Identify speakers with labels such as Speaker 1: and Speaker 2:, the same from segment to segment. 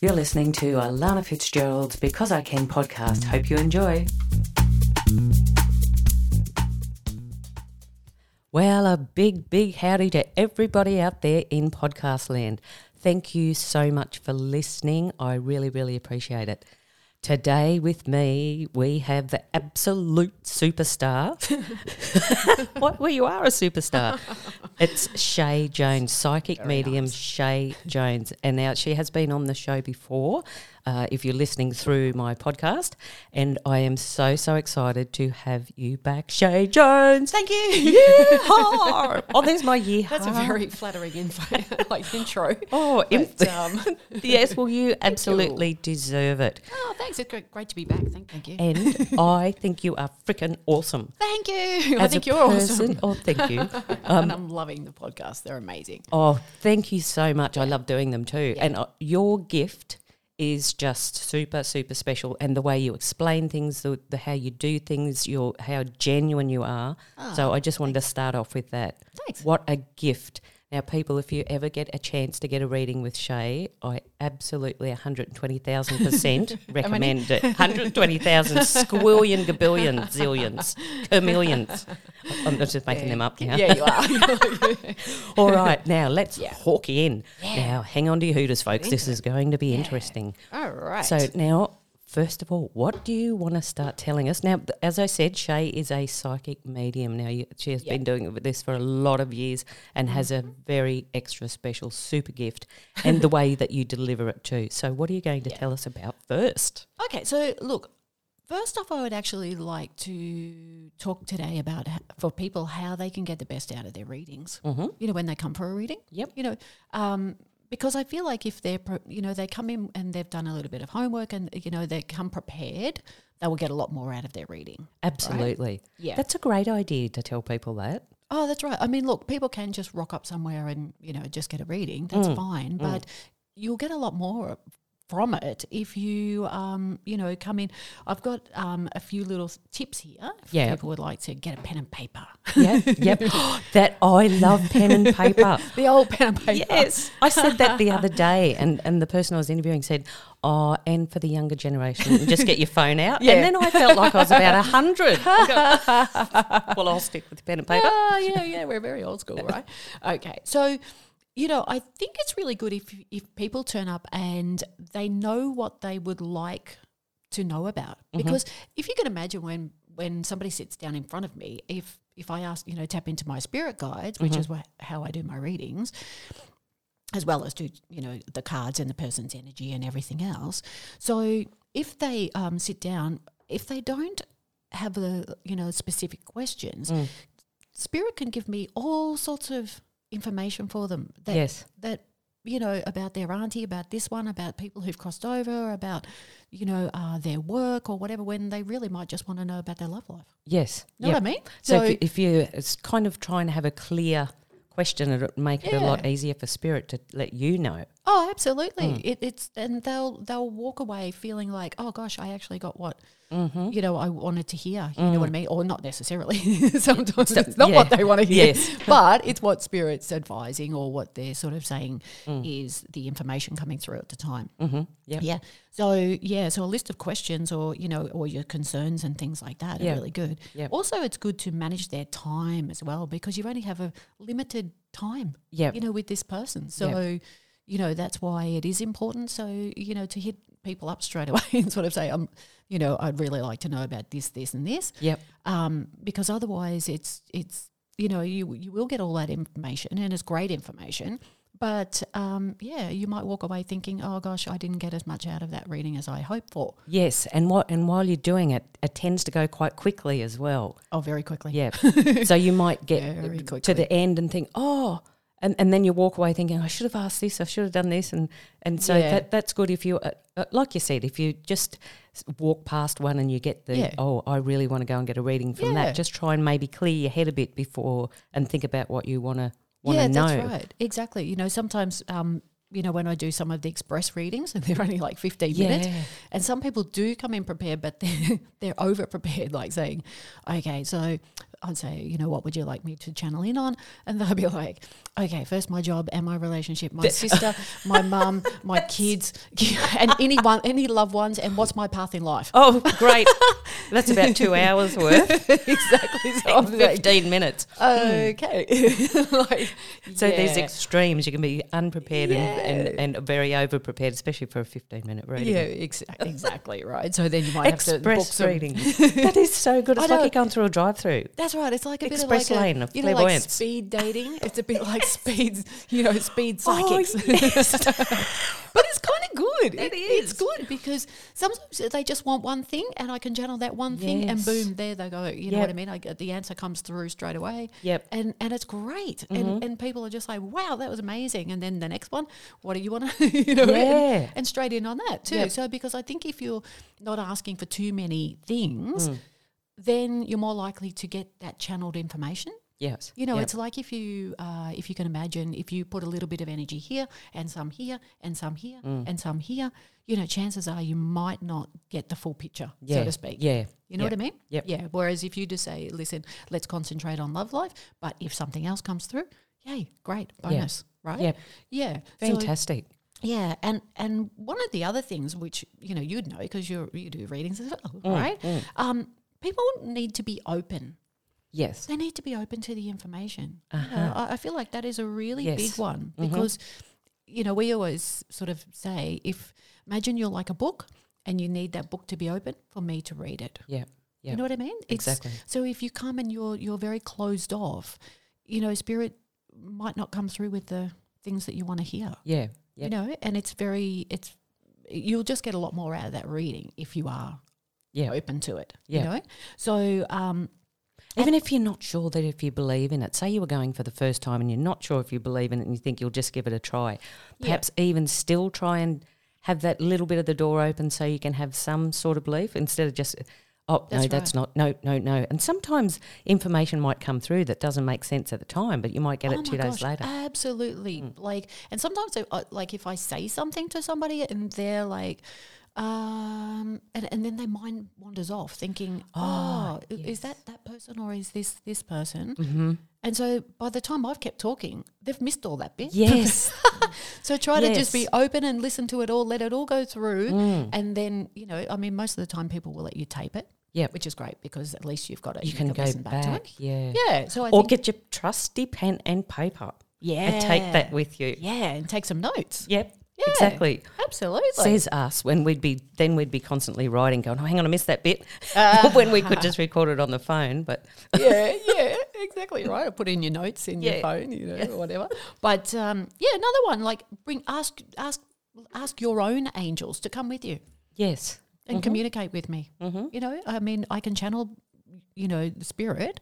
Speaker 1: You're listening to Alana Fitzgerald's Because I Can podcast. Hope you enjoy. Well, a big, big howdy to everybody out there in podcast land. Thank you so much for listening. I really, really appreciate it. Today with me, we have the absolute superstar. what? Well, you are a superstar. It's Shay Jones, psychic medium Shay Jones. And now she has been on the show before, uh, if you're listening through my podcast. And I am so, so excited to have you back, Shay Jones.
Speaker 2: Thank you.
Speaker 1: Yeehaw! oh, there's my yeehaw.
Speaker 2: That's a very flattering info, like intro.
Speaker 1: Oh, inf-
Speaker 2: But, um,
Speaker 1: yes, well, you absolutely deserve it.
Speaker 2: oh, thanks. It's great, great to be back. Thank, thank you.
Speaker 1: And I think you are freaking awesome.
Speaker 2: thank you. I
Speaker 1: As
Speaker 2: think
Speaker 1: a
Speaker 2: you're awesome.
Speaker 1: person- um, Oh, thank you.
Speaker 2: and I'm loving the podcast. They're amazing.
Speaker 1: Oh, thank you so much. I love doing them too. And uh, your gift is just super, super special. And the way you explain things, the, the how you do things, your how genuine you are. so I just wanted to start off with that.
Speaker 2: Ah, Thanks.
Speaker 1: What a gift. Now, people, if you ever get a chance to get a reading with Shay, I absolutely 120,000% recommend it. 120,000 squillion, gabillion, zillions, chameleons. I'm not just making them up now.
Speaker 2: Yeah, you are.
Speaker 1: All right, now let's
Speaker 2: Yeah.
Speaker 1: hawk you in. Now, hang on to your hooters, folks. This is going to be interesting.
Speaker 2: All right.
Speaker 1: So, now, first of all, what do you want to start telling us? Now, th- as I said, Shay is a psychic medium. Now, you, she has
Speaker 2: Yeah.
Speaker 1: been doing this for a lot of years and has a very extra special super gift and the way that you deliver it too. So, what are you going to tell us about first?
Speaker 2: Okay, so look, first off, I would actually like to talk today about h- for people how they can get the best out of their readings.
Speaker 1: Mm-hmm.
Speaker 2: You know, when they come for a reading.
Speaker 1: Yep.
Speaker 2: You know, um, because I feel like if they're, pre- you know, they come in and they've done a little bit of homework and, you know, they come prepared, they will get a lot more out of their reading.
Speaker 1: Absolutely.
Speaker 2: Yeah.
Speaker 1: That's a great idea to tell people that.
Speaker 2: Oh, that's right. I mean, look, people can just rock up somewhere and, you know, just get a reading. That's fine. But you'll get a lot more from it if you, um, you know, come in. I've got um, a few little s- tips here. If
Speaker 1: Yeah.
Speaker 2: People would like to get a pen and paper.
Speaker 1: Yeah, yep. that I love pen and paper.
Speaker 2: the old pen and paper.
Speaker 1: Yes, uh, I said that the other day, and, and the person I was interviewing said, "Oh, and for the younger generation, just get your phone out."
Speaker 2: Yeah.
Speaker 1: And then I felt like I was about a hundred. well, I'll stick with pen and paper.
Speaker 2: Ah, yeah, yeah, we're very old school, right? Okay, so you know, I think it's really good if if people turn up and they know what they would like to know about, because if you can imagine when when somebody sits down in front of me, if if I ask, you know, tap into my spirit guides, which is wha- how I do my readings, as well as do you know the cards and the person's energy and everything else. So if they um, sit down, if they don't have the you know specific questions,
Speaker 1: Mm.
Speaker 2: spirit can give me all sorts of information for them. That,
Speaker 1: Yes.
Speaker 2: that you know about their auntie, about this one, about people who've crossed over, about you know uh, their work or whatever. When they really might just want to know about their love life.
Speaker 1: Yes,
Speaker 2: Know
Speaker 1: yep.
Speaker 2: what I mean?
Speaker 1: So, if, you, if you, it's kind of trying to have a clear question, it'll make it a lot
Speaker 2: Yeah.
Speaker 1: easier for spirit to let you know.
Speaker 2: Oh, absolutely.
Speaker 1: Mm.
Speaker 2: It, it's and they'll they'll walk away feeling like, oh gosh, I actually got what
Speaker 1: Mm-hmm.
Speaker 2: you know I wanted to hear. You know what I mean? Or not necessarily. Sometimes it's not what
Speaker 1: Mm. yeah.
Speaker 2: they want to hear,
Speaker 1: Yes.
Speaker 2: but it's what spirit's advising or what they're sort of saying is the information coming through at the time. Mm-hmm.
Speaker 1: Mm. Yep.
Speaker 2: Yeah. So yeah, so a list of questions or you know or your concerns and things like that
Speaker 1: Yeah.
Speaker 2: are really good.
Speaker 1: Yep.
Speaker 2: Also, it's good to manage their time as well because you only have a limited time
Speaker 1: Yeah,
Speaker 2: you know, with this person. So, you know, that's why it is important. So, you know, to hit people up straight away and sort of say, um, you know, I'd really like to know about this, this, and this,
Speaker 1: yep,
Speaker 2: um, because otherwise, it's it's you know, you you will get all that information, and it's great information. But um, yeah, you might walk away thinking, oh gosh, I didn't get as much out of that reading as I hoped for.
Speaker 1: yes. And what and while you're doing it, it tends to go quite quickly as well.
Speaker 2: Oh, very quickly.
Speaker 1: Yeah. so you might
Speaker 2: Very
Speaker 1: get to
Speaker 2: quickly.
Speaker 1: the end and think, oh, and, and then you walk away thinking, I should have asked this, I should have done this. And, and so
Speaker 2: Yeah.
Speaker 1: that, that's good if you, uh, uh, like you said, if you just s- walk past one and you get the,
Speaker 2: Yeah.
Speaker 1: oh, I really want to go and get a reading from
Speaker 2: Yeah.
Speaker 1: that, just try and maybe clear your head a bit before and think about what you want to want to
Speaker 2: yeah,
Speaker 1: know.
Speaker 2: that's right. Exactly. You know, sometimes, um, you know, when I do some of the express readings, and they're only like 15 minutes,
Speaker 1: Yeah.
Speaker 2: and some people do come in prepared, but they're, they're over prepared, like saying, okay, so I'd say, you know, what would you like me to channel in on? And they'll be like, okay, first my job and my relationship, my sister, my mum, my kids, and anyone, any loved ones, and what's my path in life?
Speaker 1: Oh, great. That's about two hours worth. exactly. So 15 minutes.
Speaker 2: Okay. like,
Speaker 1: Oh. So there's
Speaker 2: yeah.
Speaker 1: extremes. You can be unprepared and,
Speaker 2: Yeah.
Speaker 1: and, and very over prepared, especially for a 15 minute reading.
Speaker 2: yeah, ex- exactly right. So then you might have to book
Speaker 1: Express
Speaker 2: some.
Speaker 1: reading. that is so good.
Speaker 2: I
Speaker 1: It's like
Speaker 2: know.
Speaker 1: you're going through a drive through.
Speaker 2: That's right. It's like a
Speaker 1: Express
Speaker 2: bit of like
Speaker 1: lane
Speaker 2: a,
Speaker 1: of
Speaker 2: you know, like
Speaker 1: clairvoyance.
Speaker 2: speed dating. It's a bit like speed, you know, speed
Speaker 1: Oh,
Speaker 2: psychics. but it's kind of good.
Speaker 1: It is.
Speaker 2: It's good because sometimes they just want one thing, and I can channel that one thing, and
Speaker 1: Yes.
Speaker 2: boom, there they go. You know
Speaker 1: Yep.
Speaker 2: what I mean? I get the answer comes through straight away.
Speaker 1: Yep.
Speaker 2: And and it's great.
Speaker 1: Mm-hmm.
Speaker 2: And and people are just like, wow, that was amazing. And then the next one, what do you want to, you know? and-
Speaker 1: Yeah.
Speaker 2: and straight in on that too.
Speaker 1: Yep.
Speaker 2: So because I think if you're not asking for too many things,
Speaker 1: Mm.
Speaker 2: then you're more likely to get that channeled information.
Speaker 1: Yes.
Speaker 2: You know,
Speaker 1: Yep.
Speaker 2: it's like if you uh, if you can imagine if you put a little bit of energy here and some here and some here
Speaker 1: Mm.
Speaker 2: and some here, you know, chances are you might not get the full picture, so
Speaker 1: Yeah,
Speaker 2: to speak.
Speaker 1: Yeah.
Speaker 2: You know
Speaker 1: yeah.
Speaker 2: what I mean?
Speaker 1: Yep.
Speaker 2: Yeah. Whereas if you just say, listen, let's concentrate on love life, but if something else comes through, yay, great, bonus, right?
Speaker 1: Yep.
Speaker 2: Yeah. So-
Speaker 1: Fantastic.
Speaker 2: yeah, and and one of the other things which you know you'd know because you you do readings as well,
Speaker 1: Mm,
Speaker 2: right? Um, people need to be open.
Speaker 1: yes.
Speaker 2: They need to be open to the information. You know, I, I feel like that is a really big
Speaker 1: Uh-huh. Yes. Mm-hmm.
Speaker 2: one because you know we always sort of say if imagine you're like a book and you need that book to be open for me to read it.
Speaker 1: Yeah. Yeah.
Speaker 2: You know what I mean? It's-
Speaker 1: Exactly.
Speaker 2: So if you come and you're you're very closed off, you know, spirit might not come through with the things that you want to hear
Speaker 1: Yeah. Yeah.
Speaker 2: you know and it's very it's you'll just get a lot more out of that reading if you are
Speaker 1: Yeah.
Speaker 2: open to it
Speaker 1: Yeah.
Speaker 2: you know so um
Speaker 1: Even if you're not sure that if you believe in it, say you were going for the first time and you're not sure if you believe in it and you think you'll just give it a try,
Speaker 2: Yeah.
Speaker 1: perhaps even still try and have that little bit of the door open so you can have some sort of belief instead of just, oh, no,
Speaker 2: That's
Speaker 1: that's not, no, no, no. And sometimes information might come through that doesn't make sense at the time, but you might get
Speaker 2: oh
Speaker 1: it two
Speaker 2: my
Speaker 1: days
Speaker 2: gosh,
Speaker 1: later. Hmm.
Speaker 2: absolutely like and sometimes I, uh, like if i say something to somebody and they're like um and, and then their mind wanders off thinking oh,
Speaker 1: Ah,
Speaker 2: i- is that that person or is this this person
Speaker 1: mm-hmm.
Speaker 2: and so by the time i've kept talking they've missed all that bit
Speaker 1: Yes.
Speaker 2: So try to just be
Speaker 1: Yes.
Speaker 2: open and listen to it all, let it all go through.
Speaker 1: Mm.
Speaker 2: And then, you know, I mean, most of the time people will let you tape it,
Speaker 1: Yep.
Speaker 2: which is great because at least you've got it.
Speaker 1: You can go
Speaker 2: listen
Speaker 1: back. Yeah.
Speaker 2: Yeah. So I
Speaker 1: Or
Speaker 2: think,
Speaker 1: get your trusty pen and paper
Speaker 2: yeah.
Speaker 1: and take that with you.
Speaker 2: Yeah. And take some notes.
Speaker 1: Yep.
Speaker 2: Yeah.
Speaker 1: Exactly.
Speaker 2: Absolutely.
Speaker 1: says us when we'd be then we'd be constantly writing going oh hang on i missed that bit when we could just record it on the phone but
Speaker 2: yeah, yeah, exactly right. Or put in your notes in your
Speaker 1: Yeah.
Speaker 2: phone, you know, or whatever. But um, yeah, another one like bring ask ask ask your own angels to come with you.
Speaker 1: yes
Speaker 2: and communicate with me.
Speaker 1: Mm-hmm.
Speaker 2: You know, I mean, I can channel, you know, the spirit,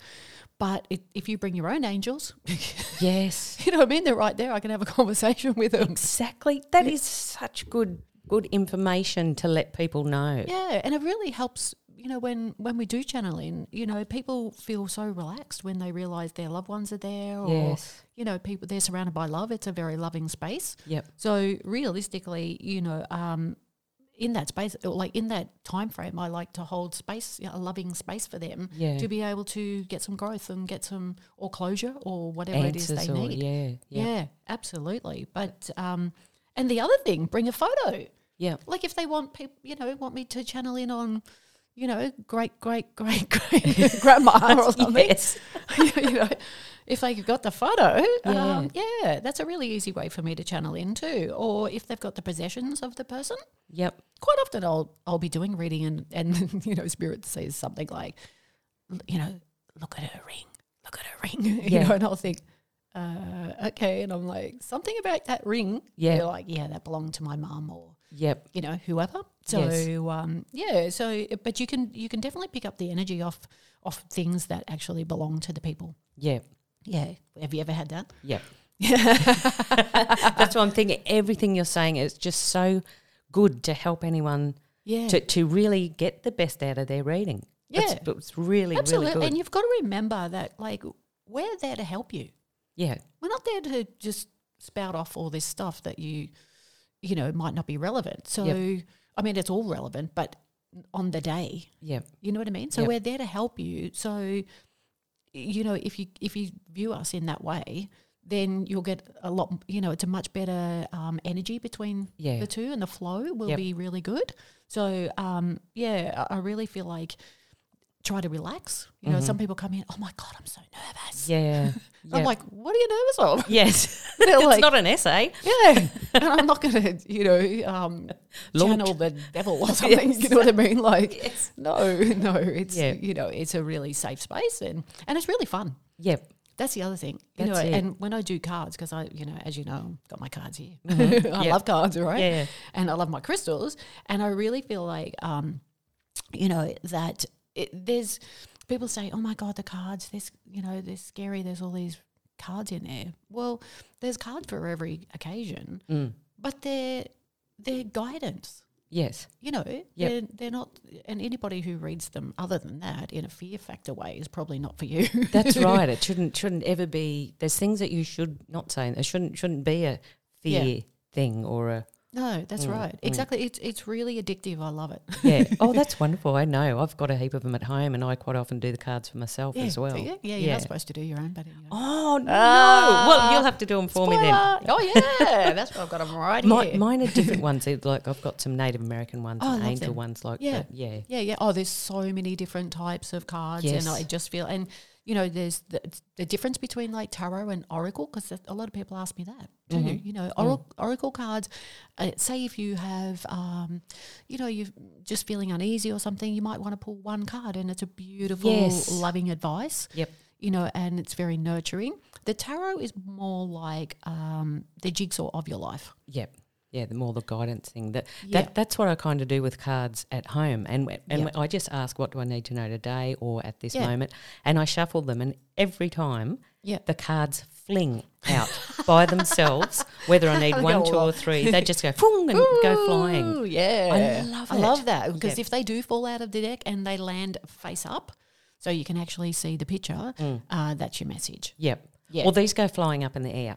Speaker 2: but it, if you bring your own angels,
Speaker 1: yes
Speaker 2: you know what I mean? They're right there. I can have a conversation with them.
Speaker 1: exactly that is such good good information to let people know
Speaker 2: Yeah, and it really helps. You know, when when we do channeling, you know, people feel so relaxed when they realize their loved ones are there, or
Speaker 1: Yes.
Speaker 2: you know, people they're surrounded by love. It's a very loving space.
Speaker 1: yep
Speaker 2: So realistically, you know, um, in that space, or like in that time frame, I like to hold space, you know, a loving space for them
Speaker 1: Yeah.
Speaker 2: to be able to get some growth and get some or closure or whatever it is
Speaker 1: answers
Speaker 2: they
Speaker 1: or
Speaker 2: need.
Speaker 1: yeah
Speaker 2: Yeah.
Speaker 1: yeah
Speaker 2: absolutely. But um, and the other thing, bring a photo.
Speaker 1: yeah
Speaker 2: Like if they want people, you know, want me to channel in on. You know, great, great, great, great grandma or something.
Speaker 1: yes
Speaker 2: you know, if they got the photo, yeah.
Speaker 1: Yeah.
Speaker 2: Um, yeah, that's a really easy way for me to channel in too. Or if they've got the possessions of the person,
Speaker 1: yep
Speaker 2: quite often I'll I'll be doing reading and and you know, spirit says something like, l- you know, look at her ring, look at her ring, you
Speaker 1: Yeah.
Speaker 2: know, and I'll think. Uh, okay, and I'm like something about that ring.
Speaker 1: Yeah.
Speaker 2: They're like yeah, that belonged to my mum or
Speaker 1: yep
Speaker 2: you know whoever. So um, yeah, so but you can you can definitely pick up the energy off off things that actually belong to the people.
Speaker 1: yep
Speaker 2: Yeah. Have you ever had that?
Speaker 1: Yep. That's what I'm thinking. Everything you're saying is just so good to help anyone
Speaker 2: Yeah.
Speaker 1: to, to really get the best out of their reading. It's,
Speaker 2: Yeah.
Speaker 1: it's really,
Speaker 2: Absolutely.
Speaker 1: really
Speaker 2: and
Speaker 1: good.
Speaker 2: you've got to remember that, like, we're there to help you.
Speaker 1: Yeah.
Speaker 2: We're not there to just spout off all this stuff that you, you know, might not be relevant. So, I mean, it's all relevant, but on the day,
Speaker 1: Yeah.
Speaker 2: you know what I mean? So,
Speaker 1: Yep.
Speaker 2: we're there to help you. So, you know, if you if you view us in that way, then you'll get a lot. You know, it's a much better um, energy between
Speaker 1: Yeah.
Speaker 2: the two, and the flow will
Speaker 1: Yep.
Speaker 2: be really good. So, um, yeah, I I really feel like try to relax. You know, some people come in, oh my god, I'm so nervous.
Speaker 1: Yeah.
Speaker 2: I'm
Speaker 1: Mm-hmm. yeah.
Speaker 2: like, what are you nervous of?
Speaker 1: yes.
Speaker 2: They're
Speaker 1: it's
Speaker 2: like-
Speaker 1: not an essay.
Speaker 2: Yeah, and I'm not gonna, you know, um,
Speaker 1: Launch.
Speaker 2: channel the devil or something. You know what I mean? Like,
Speaker 1: Yes.
Speaker 2: no, no, it's
Speaker 1: Yeah.
Speaker 2: you know, it's a really safe space and and it's really fun.
Speaker 1: Yep.
Speaker 2: That's the other thing, you know.
Speaker 1: That's it.
Speaker 2: And when I do cards, because I, you know, as you know, I've got my cards here. I
Speaker 1: Uh-huh. Yeah.
Speaker 2: love cards, all right?
Speaker 1: Yeah.
Speaker 2: And I love my crystals, and I really feel like, um, you know, that it, there's people say, oh my god, the cards, this, you know, they're scary. There's all these cards in there. Well, there's cards for every occasion,
Speaker 1: Mm.
Speaker 2: but they're they're guidance
Speaker 1: Yes.
Speaker 2: you know, they're, they're not, and anybody who reads them other than that in a fear factor way is probably not for you.
Speaker 1: That's right. It shouldn't shouldn't ever be. There's things that you should not say. There shouldn't shouldn't be a
Speaker 2: Yeah.
Speaker 1: fear thing or a
Speaker 2: no, that's
Speaker 1: Mm,
Speaker 2: right. Exactly. It's it's really addictive. I love it.
Speaker 1: yeah. oh, that's wonderful. I know. I've got a heap of them at home, and I quite often do the cards for myself
Speaker 2: yeah,
Speaker 1: as well.
Speaker 2: Yeah, yeah, you're not supposed to do your own, but anyway.
Speaker 1: Oh no!
Speaker 2: Ah.
Speaker 1: well, you'll have to do them for me then.
Speaker 2: Spoiler! Oh yeah, that's why I've got them right
Speaker 1: My,
Speaker 2: here.
Speaker 1: mine are different ones. They're Like I've got some Native American ones
Speaker 2: Oh, I
Speaker 1: and
Speaker 2: love
Speaker 1: angel
Speaker 2: them.
Speaker 1: ones like
Speaker 2: Yeah.
Speaker 1: that. Yeah.
Speaker 2: yeah, yeah. Oh, there's so many different types of cards,
Speaker 1: Yes.
Speaker 2: and I just feel, and you know, there's the, the difference between like tarot and oracle because a lot of people ask me that too.
Speaker 1: Mm-hmm.
Speaker 2: You know,
Speaker 1: Mm.
Speaker 2: oracle, oracle cards. Uh, say if you have, um, you know, you're just feeling uneasy or something, you might want to pull one card, and it's a beautiful,
Speaker 1: Yes.
Speaker 2: loving advice
Speaker 1: Yep.
Speaker 2: you know, and it's very nurturing. The tarot is more like um, the jigsaw of your life.
Speaker 1: Yep. Yeah, the more the guidance thing that
Speaker 2: Yeah.
Speaker 1: that that's what I kind of do with cards at home, and w- and
Speaker 2: Yeah.
Speaker 1: I just ask what do I need to know today or at this
Speaker 2: Yeah.
Speaker 1: moment, and I shuffle them, and every time
Speaker 2: Yeah.
Speaker 1: the cards fling out by themselves, whether I need
Speaker 2: They
Speaker 1: one,
Speaker 2: go
Speaker 1: two, or
Speaker 2: along.
Speaker 1: three, they just go fung and go flying.
Speaker 2: Ooh, Yeah.
Speaker 1: I love
Speaker 2: I
Speaker 1: it.
Speaker 2: love that because
Speaker 1: Yeah.
Speaker 2: if they do fall out of the deck and they land face up, so you can actually see the picture,
Speaker 1: Mm.
Speaker 2: uh, that's your message.
Speaker 1: Yep.
Speaker 2: Yeah.
Speaker 1: Well, these go flying up in the air.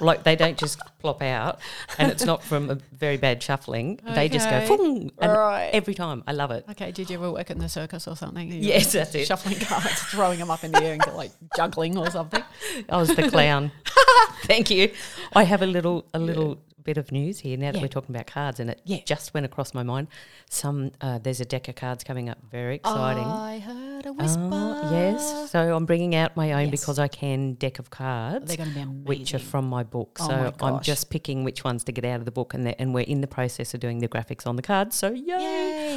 Speaker 1: like they don't just plop out, and it's not from a very bad shuffling. They just go
Speaker 2: Okay.
Speaker 1: fung, and
Speaker 2: Right.
Speaker 1: every time I love it.
Speaker 2: Okay, did you ever work in the circus or something? You
Speaker 1: Yes,
Speaker 2: were
Speaker 1: that's it.
Speaker 2: Shuffling cards, throwing them up in the air and like juggling or something.
Speaker 1: I was the clown. Thank you. I have a little a little bit of news here now that
Speaker 2: Yeah.
Speaker 1: we're talking about cards, and it
Speaker 2: Yeah.
Speaker 1: just went across my mind. Some uh, there's a deck of cards coming up, very exciting.
Speaker 2: I heard a
Speaker 1: Oh,
Speaker 2: whisper.
Speaker 1: yes, so I'm bringing out my own
Speaker 2: Yes.
Speaker 1: because I can deck of cards,
Speaker 2: They're going to be amazing.
Speaker 1: which are from my book.
Speaker 2: Oh
Speaker 1: so
Speaker 2: my
Speaker 1: I'm
Speaker 2: gosh.
Speaker 1: just picking which ones to get out of the book, and the- and we're in the process of doing the graphics on the cards. So yay!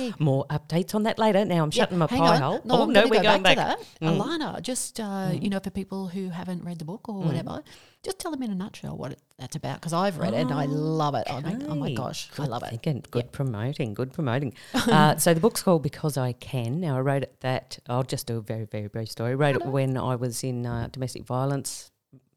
Speaker 2: Yay.
Speaker 1: More updates on that later. Now I'm
Speaker 2: Yeah,
Speaker 1: shutting my
Speaker 2: hang
Speaker 1: pie
Speaker 2: on.
Speaker 1: hole.
Speaker 2: No,
Speaker 1: oh
Speaker 2: I'm
Speaker 1: no,
Speaker 2: gonna
Speaker 1: we're
Speaker 2: go
Speaker 1: going back. Mm.
Speaker 2: to that. Alana, just uh, you know, for people who haven't read the book
Speaker 1: Mm.
Speaker 2: or whatever, just tell them in a nutshell what it, that's about because I've read it and I love it. I mean, oh my
Speaker 1: Oh, Okay.
Speaker 2: gosh, I
Speaker 1: Good
Speaker 2: love it.
Speaker 1: thinking. Good promoting. Good promoting. uh, so the book's called Because I Can. Now I wrote it that I'll just do a very very brief story. Wrote it when I was in uh, domestic violence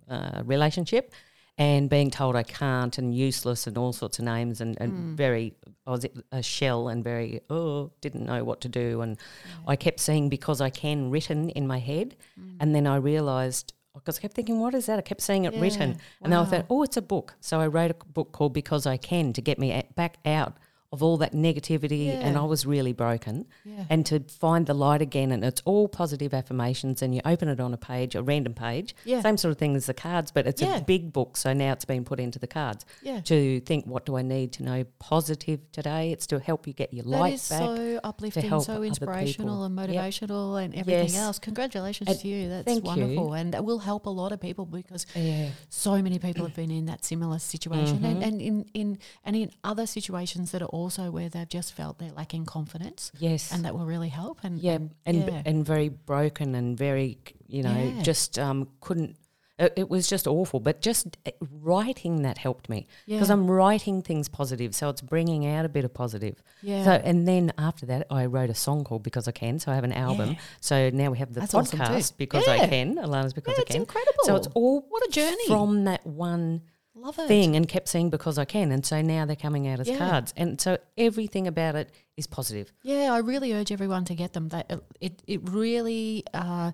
Speaker 1: uh, relationship and being told I can't and useless and all sorts of names and, and
Speaker 2: Hmm.
Speaker 1: very I was a shell and very oh didn't know what to do and I kept seeing because I can written in my head
Speaker 2: Hmm.
Speaker 1: and then I realised because I kept thinking what is that I kept seeing it written
Speaker 2: Yeah,
Speaker 1: and then I thought
Speaker 2: wow.
Speaker 1: oh it's a book so I wrote a c- book called Because I Can to get me a- back out of all that negativity and
Speaker 2: Yeah.
Speaker 1: I was really broken
Speaker 2: Yeah.
Speaker 1: and to find the light again and it's all positive affirmations and you open it on a page a random page
Speaker 2: Yeah.
Speaker 1: same sort of thing as the cards but it's
Speaker 2: Yeah.
Speaker 1: a big book so now it's been put into the cards
Speaker 2: Yeah.
Speaker 1: to think what do i need to know positive today it's to help you get your
Speaker 2: That
Speaker 1: light
Speaker 2: is
Speaker 1: back
Speaker 2: so uplifting,
Speaker 1: help
Speaker 2: so
Speaker 1: other people.
Speaker 2: inspirational and
Speaker 1: Yep.
Speaker 2: motivational and everything
Speaker 1: Yes.
Speaker 2: else. Congratulations
Speaker 1: And
Speaker 2: to you. That's
Speaker 1: thank you.
Speaker 2: wonderful. And that will help a lot of people because
Speaker 1: yeah Mm-hmm.
Speaker 2: so many people have been in that similar situation and, and in, in and in other situations that are also where they've just felt they're lacking confidence.
Speaker 1: yes
Speaker 2: And that will really help and
Speaker 1: yeah
Speaker 2: and,
Speaker 1: and
Speaker 2: yeah.
Speaker 1: and very broken and very you know
Speaker 2: Yeah.
Speaker 1: just um couldn't it, it was just awful but just uh, writing that helped me because
Speaker 2: Yeah.
Speaker 1: i'm writing things positive so it's bringing out a bit of positive
Speaker 2: Yeah.
Speaker 1: So and then after that, I wrote a song called "Because I Can." So I have an album.
Speaker 2: Yeah.
Speaker 1: So now we have the
Speaker 2: That's awesome too.
Speaker 1: podcast "Because I
Speaker 2: Yeah.
Speaker 1: Can." Alana's "Because I
Speaker 2: That's
Speaker 1: Can."
Speaker 2: incredible.
Speaker 1: So it's all
Speaker 2: What a journey.
Speaker 1: from that one
Speaker 2: Love it.
Speaker 1: thing, and kept saying "Because I Can," and so now they're coming out as
Speaker 2: Yeah.
Speaker 1: cards, and so everything about it is positive.
Speaker 2: Yeah, I really urge everyone to get them. That it it really uh,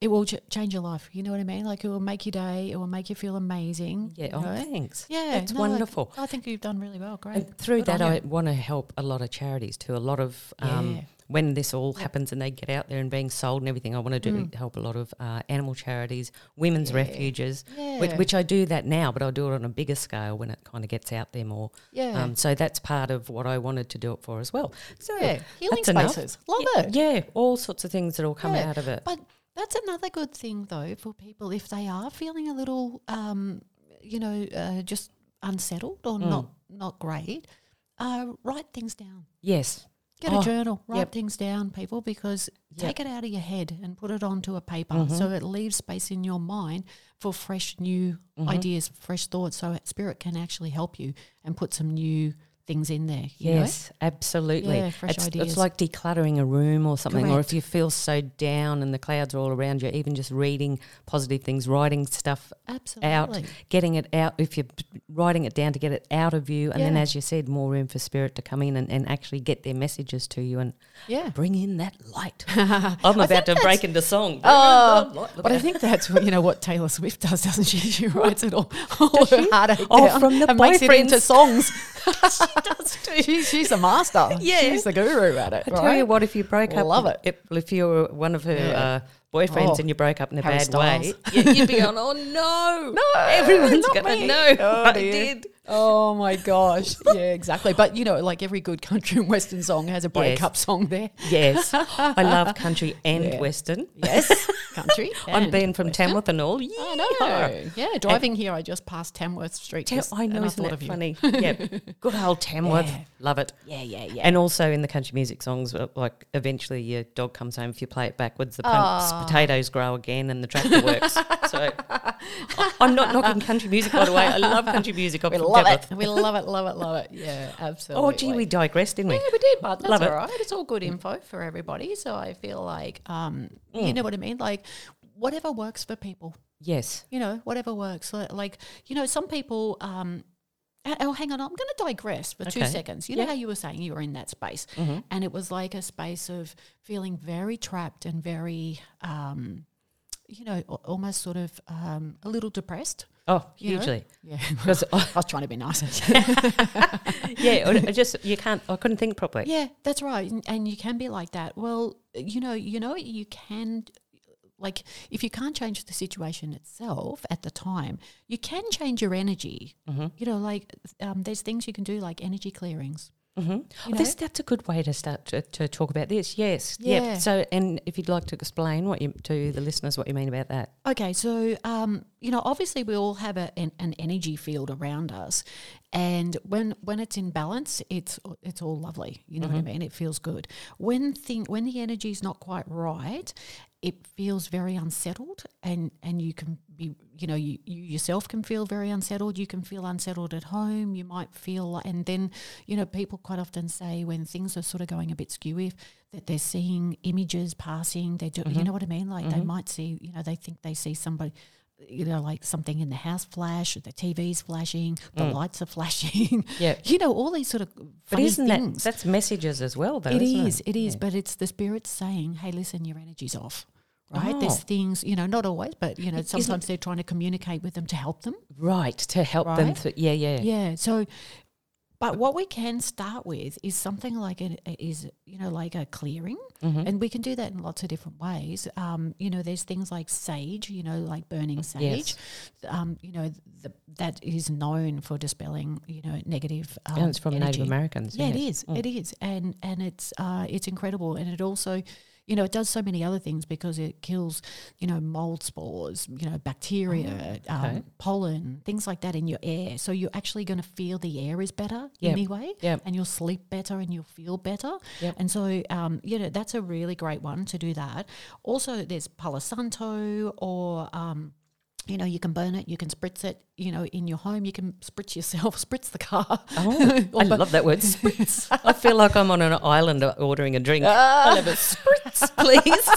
Speaker 2: it will ch- change your life. You know what I mean? Like it will make your day. It will make you feel amazing.
Speaker 1: Yeah.
Speaker 2: you
Speaker 1: Oh,
Speaker 2: know?
Speaker 1: thanks.
Speaker 2: yeah,
Speaker 1: That's
Speaker 2: no, I-
Speaker 1: wonderful.
Speaker 2: I, think you've done really well. Great.
Speaker 1: And through
Speaker 2: Good
Speaker 1: that,
Speaker 2: on
Speaker 1: I
Speaker 2: you.
Speaker 1: want to help a lot of charities too. A lot of um,
Speaker 2: Yeah.
Speaker 1: when this all happens and they get out there and being sold and everything, I want to do
Speaker 2: Mm.
Speaker 1: help a lot of uh, animal charities, women's refuges, which,
Speaker 2: Yeah.
Speaker 1: which I do that now, but I'll do it on a bigger scale when it kind of gets out there more.
Speaker 2: Yeah.
Speaker 1: Um, so that's part of what I wanted to do it for as well. So
Speaker 2: Yeah, healing
Speaker 1: that's enough.
Speaker 2: spaces. Love
Speaker 1: yeah,
Speaker 2: it.
Speaker 1: Yeah, all sorts of things that'll come
Speaker 2: Yeah.
Speaker 1: out of it.
Speaker 2: But that's another good thing, though, for people if they are feeling a little, um, you know, uh, just unsettled or
Speaker 1: Hmm.
Speaker 2: not not great. Uh, write things down.
Speaker 1: Yes.
Speaker 2: Get
Speaker 1: Oh,
Speaker 2: a journal. Write
Speaker 1: yep.
Speaker 2: things down, people, because
Speaker 1: Yep. Mm-hmm.
Speaker 2: take it out of your head and put it onto a paper, so it leaves space in your mind for fresh new
Speaker 1: Mm-hmm.
Speaker 2: ideas, fresh thoughts. So spirit can actually help you and put some new things in there. You know?
Speaker 1: Yes, absolutely.
Speaker 2: Yeah, fresh
Speaker 1: it's,
Speaker 2: ideas.
Speaker 1: it's like decluttering a room or something, or if
Speaker 2: Correct.
Speaker 1: you feel so down and the clouds are all around you, even just reading positive things, writing stuff
Speaker 2: absolutely.
Speaker 1: out, getting it out. If you're writing it down to get it out of you, and then,
Speaker 2: Yeah.
Speaker 1: as you said, more room for spirit to come in and, and actually get their messages to you and
Speaker 2: Yeah.
Speaker 1: bring in that light. I'm about to break into song.
Speaker 2: Oh,
Speaker 1: Bring in that light. Look
Speaker 2: but I
Speaker 1: out.
Speaker 2: think that's what, you know what Taylor Swift does, doesn't she? She writes it all, all her heartache
Speaker 1: Oh,
Speaker 2: down
Speaker 1: from the
Speaker 2: and makes it into
Speaker 1: boyfriends.
Speaker 2: songs. she does too. She, she's a master.
Speaker 1: Yeah.
Speaker 2: she's the guru at it.
Speaker 1: I tell
Speaker 2: right?
Speaker 1: you what, if you broke up,
Speaker 2: Love it.
Speaker 1: If, if you were one of her
Speaker 2: Yeah.
Speaker 1: uh, boyfriends
Speaker 2: Oh,
Speaker 1: and you broke up in a
Speaker 2: Harry
Speaker 1: bad way,
Speaker 2: Styles.
Speaker 1: you- you'd be on. Oh no,
Speaker 2: No,
Speaker 1: everyone's
Speaker 2: not
Speaker 1: gonna
Speaker 2: me.
Speaker 1: know
Speaker 2: Oh,
Speaker 1: I
Speaker 2: dear.
Speaker 1: did.
Speaker 2: Oh my gosh! Yeah, exactly. But you know, like every good country and western song has a breakup song there.
Speaker 1: Yes, I love country and western.
Speaker 2: Yes, country.
Speaker 1: I'm
Speaker 2: and
Speaker 1: being from
Speaker 2: western.
Speaker 1: Tamworth and all.
Speaker 2: I
Speaker 1: Yeehaw.
Speaker 2: know. Yeah, driving here, I just passed Tamworth Street.
Speaker 1: Tam-
Speaker 2: just-
Speaker 1: I know,
Speaker 2: and
Speaker 1: isn't
Speaker 2: thought
Speaker 1: that
Speaker 2: of you.
Speaker 1: funny? yeah, good old Tamworth,
Speaker 2: Yeah.
Speaker 1: love it.
Speaker 2: Yeah, yeah, yeah.
Speaker 1: And also in the country music songs, uh, like eventually your dog comes home. If you play it backwards, the pump's potatoes grow again and the tractor works. So I- I'm not knocking country music, by the way. I love country music. I'm
Speaker 2: We
Speaker 1: from
Speaker 2: love
Speaker 1: Tamworth.
Speaker 2: it. We love it. Love it. Love it. Yeah, absolutely.
Speaker 1: Oh, gee, we digressed, didn't we?
Speaker 2: Yeah, we did, but that's
Speaker 1: Love it.
Speaker 2: all right. It's all good info for everybody. So I feel like, um, you know what I mean? Like, whatever works for people,
Speaker 1: Yes.
Speaker 2: you know, whatever works. Li- Like, you know, some people, um, a- oh, hang on, I'm going to digress for two
Speaker 1: Okay.
Speaker 2: seconds. You
Speaker 1: Yeah.
Speaker 2: know how you were saying you were in that space, and it was like a space of feeling very trapped and very, um, you know, al- almost sort of um, a little depressed.
Speaker 1: Oh,
Speaker 2: you know?
Speaker 1: hugely.
Speaker 2: Yeah.
Speaker 1: 'Cause I-
Speaker 2: I was trying to be nice.
Speaker 1: yeah, I I just you can't. I couldn't think properly.
Speaker 2: Yeah, that's right. And, and you can be like that. Well, you know, you know, you can like if you can't change the situation itself at the time, you can change your energy. You know, like um, there's things you can do like energy clearings.
Speaker 1: Oh, this, that's a good way to start to, to talk about this. Yes.
Speaker 2: Yeah.
Speaker 1: Yep. So, and if you'd like to explain what you to the listeners what you mean about that.
Speaker 2: Okay, so um, you know, obviously we all have a, an, an energy field around us, and when when it's in balance, it's it's all lovely. You know what I mean? It feels good. When thing when the energy is not quite right, it feels very unsettled, and and you can be you know you, you yourself can feel very unsettled. You can feel unsettled at home. You might feel, like- and then you know people quite often say when things are sort of going a bit skewy that they're seeing images passing. They do,
Speaker 1: Mm-hmm.
Speaker 2: you know what I mean? Like they might see, you know, they think they see somebody, you know, like something in the house flash, or the TV's flashing, the lights are flashing.
Speaker 1: Yeah.
Speaker 2: you know, all these sort of funny
Speaker 1: Mm. But isn't
Speaker 2: things.
Speaker 1: that that's messages as well though?
Speaker 2: It
Speaker 1: isn't
Speaker 2: is, it is, but it's the spirit saying, "Hey, listen, your energy's off." Right?
Speaker 1: Oh.
Speaker 2: There's things, you know, not always, but you know,
Speaker 1: Isn't-
Speaker 2: sometimes they're trying to communicate with them to help them.
Speaker 1: Right to help them.
Speaker 2: Right?
Speaker 1: Through, yeah, yeah.
Speaker 2: Yeah. So, but what we can start with is something like it is, you know, like a clearing,
Speaker 1: Mm-hmm.
Speaker 2: and we can do that in lots of different ways. Um, you know, there's things like sage, you know, like
Speaker 1: Mm,
Speaker 2: burning sage. Um, you know, the, that is known for dispelling, you know, negative. Um,
Speaker 1: And it's Oh, from
Speaker 2: energy.
Speaker 1: Native Americans. Mm.
Speaker 2: Yeah,
Speaker 1: yes.
Speaker 2: it is. It is, and and it's uh, it's incredible, and it also, you know, it does so many other things because it kills, you know, mold spores, you know, bacteria,
Speaker 1: Oh, okay.
Speaker 2: um, pollen, things like that in your air. So you're actually going to feel the air is better
Speaker 1: Yep.
Speaker 2: anyway,
Speaker 1: Yep.
Speaker 2: and you'll sleep better and you'll feel better.
Speaker 1: Yep.
Speaker 2: And so, um, you know, that's a really great one to do that. Also, there's Palo Santo or. Um, you know, you can burn it, you can spritz it, you know, in your home, you can spritz yourself, spritz the car.
Speaker 1: Oh,
Speaker 2: Or
Speaker 1: I
Speaker 2: bu-
Speaker 1: love that word. Spritz. I feel like I'm on an island ordering a drink.
Speaker 2: Ah.
Speaker 1: I'll have a spritz, please.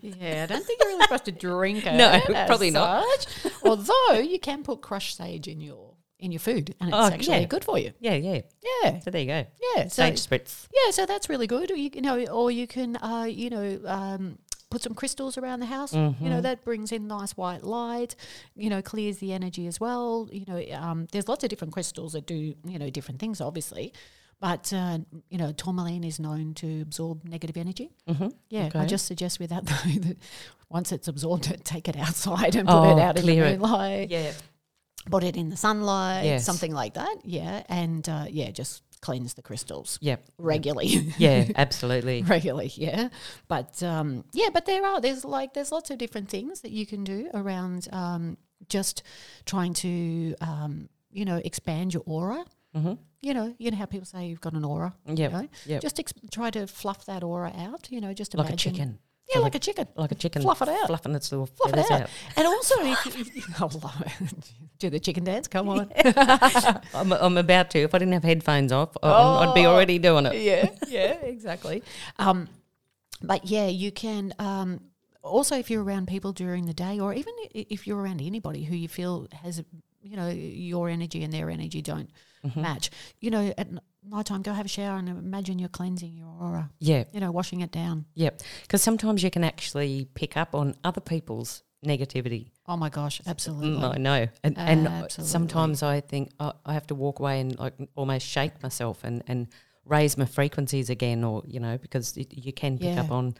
Speaker 2: Yeah, I don't think you're really supposed to drink it.
Speaker 1: No,
Speaker 2: as
Speaker 1: probably not.
Speaker 2: such. Although you can put crushed sage in your in your food, and it's
Speaker 1: Oh,
Speaker 2: actually
Speaker 1: yeah.
Speaker 2: good for you.
Speaker 1: yeah, yeah.
Speaker 2: Yeah,
Speaker 1: So there you go.
Speaker 2: yeah. So
Speaker 1: Sage spritz.
Speaker 2: yeah, so that's really good. Or you, you know, or you can, uh, you know. Um, Put some crystals around the house. You
Speaker 1: Mm-hmm.
Speaker 2: know that brings in nice white light. You know clears the energy as well. You know um, there's lots of different crystals that do you know different things, obviously, But uh, you know, tourmaline is known to absorb negative energy.
Speaker 1: Mm-hmm.
Speaker 2: Yeah, I
Speaker 1: Okay.
Speaker 2: just suggest with that though that once it's absorbed it, take it outside and put
Speaker 1: Oh,
Speaker 2: it out in the
Speaker 1: clear it.
Speaker 2: moonlight,
Speaker 1: Yeah.
Speaker 2: put it in the sunlight,
Speaker 1: Yes.
Speaker 2: something like that. Yeah, and uh, yeah, just cleanse the crystals
Speaker 1: Yep.
Speaker 2: regularly.
Speaker 1: Yeah, absolutely.
Speaker 2: regularly yeah but um yeah but there are there's like there's lots of different things that you can do around um just trying to um you know expand your aura
Speaker 1: Mm-hmm.
Speaker 2: you know you know how people say you've got an aura
Speaker 1: Yep.
Speaker 2: you know?
Speaker 1: Yep.
Speaker 2: just ex- try to fluff that aura out you know just
Speaker 1: Like a
Speaker 2: imagine-
Speaker 1: chicken.
Speaker 2: yeah
Speaker 1: So
Speaker 2: like a chicken
Speaker 1: Like a chicken.
Speaker 2: Fluff it out.
Speaker 1: Fluffing its little
Speaker 2: Fluff it
Speaker 1: feathers
Speaker 2: out.
Speaker 1: out.
Speaker 2: and also if you, I love it. do the chicken dance come on
Speaker 1: I'm, I'm about to. If I didn't have headphones off, I- I'm- I'd be
Speaker 2: Oh.
Speaker 1: already doing it.
Speaker 2: yeah, yeah, exactly. Um, but yeah, you can. Um, also, if you're around people during the day, or even i- if you're around anybody who you feel has, you know, your energy and their energy don't
Speaker 1: Mm-hmm.
Speaker 2: match, you know, at n- nighttime, go have a shower and imagine you're cleansing your aura,
Speaker 1: Yeah.
Speaker 2: you know, washing it down.
Speaker 1: Yep. Because sometimes you can actually pick up on other people's negativity.
Speaker 2: Oh my gosh,
Speaker 1: Mm,
Speaker 2: absolutely.
Speaker 1: I know. And, and
Speaker 2: Mm-hmm. Absolutely.
Speaker 1: sometimes I think oh, I have to walk away and like almost shake myself and, and raise my frequencies again, or, you know, because it, you can pick
Speaker 2: Yeah.
Speaker 1: up on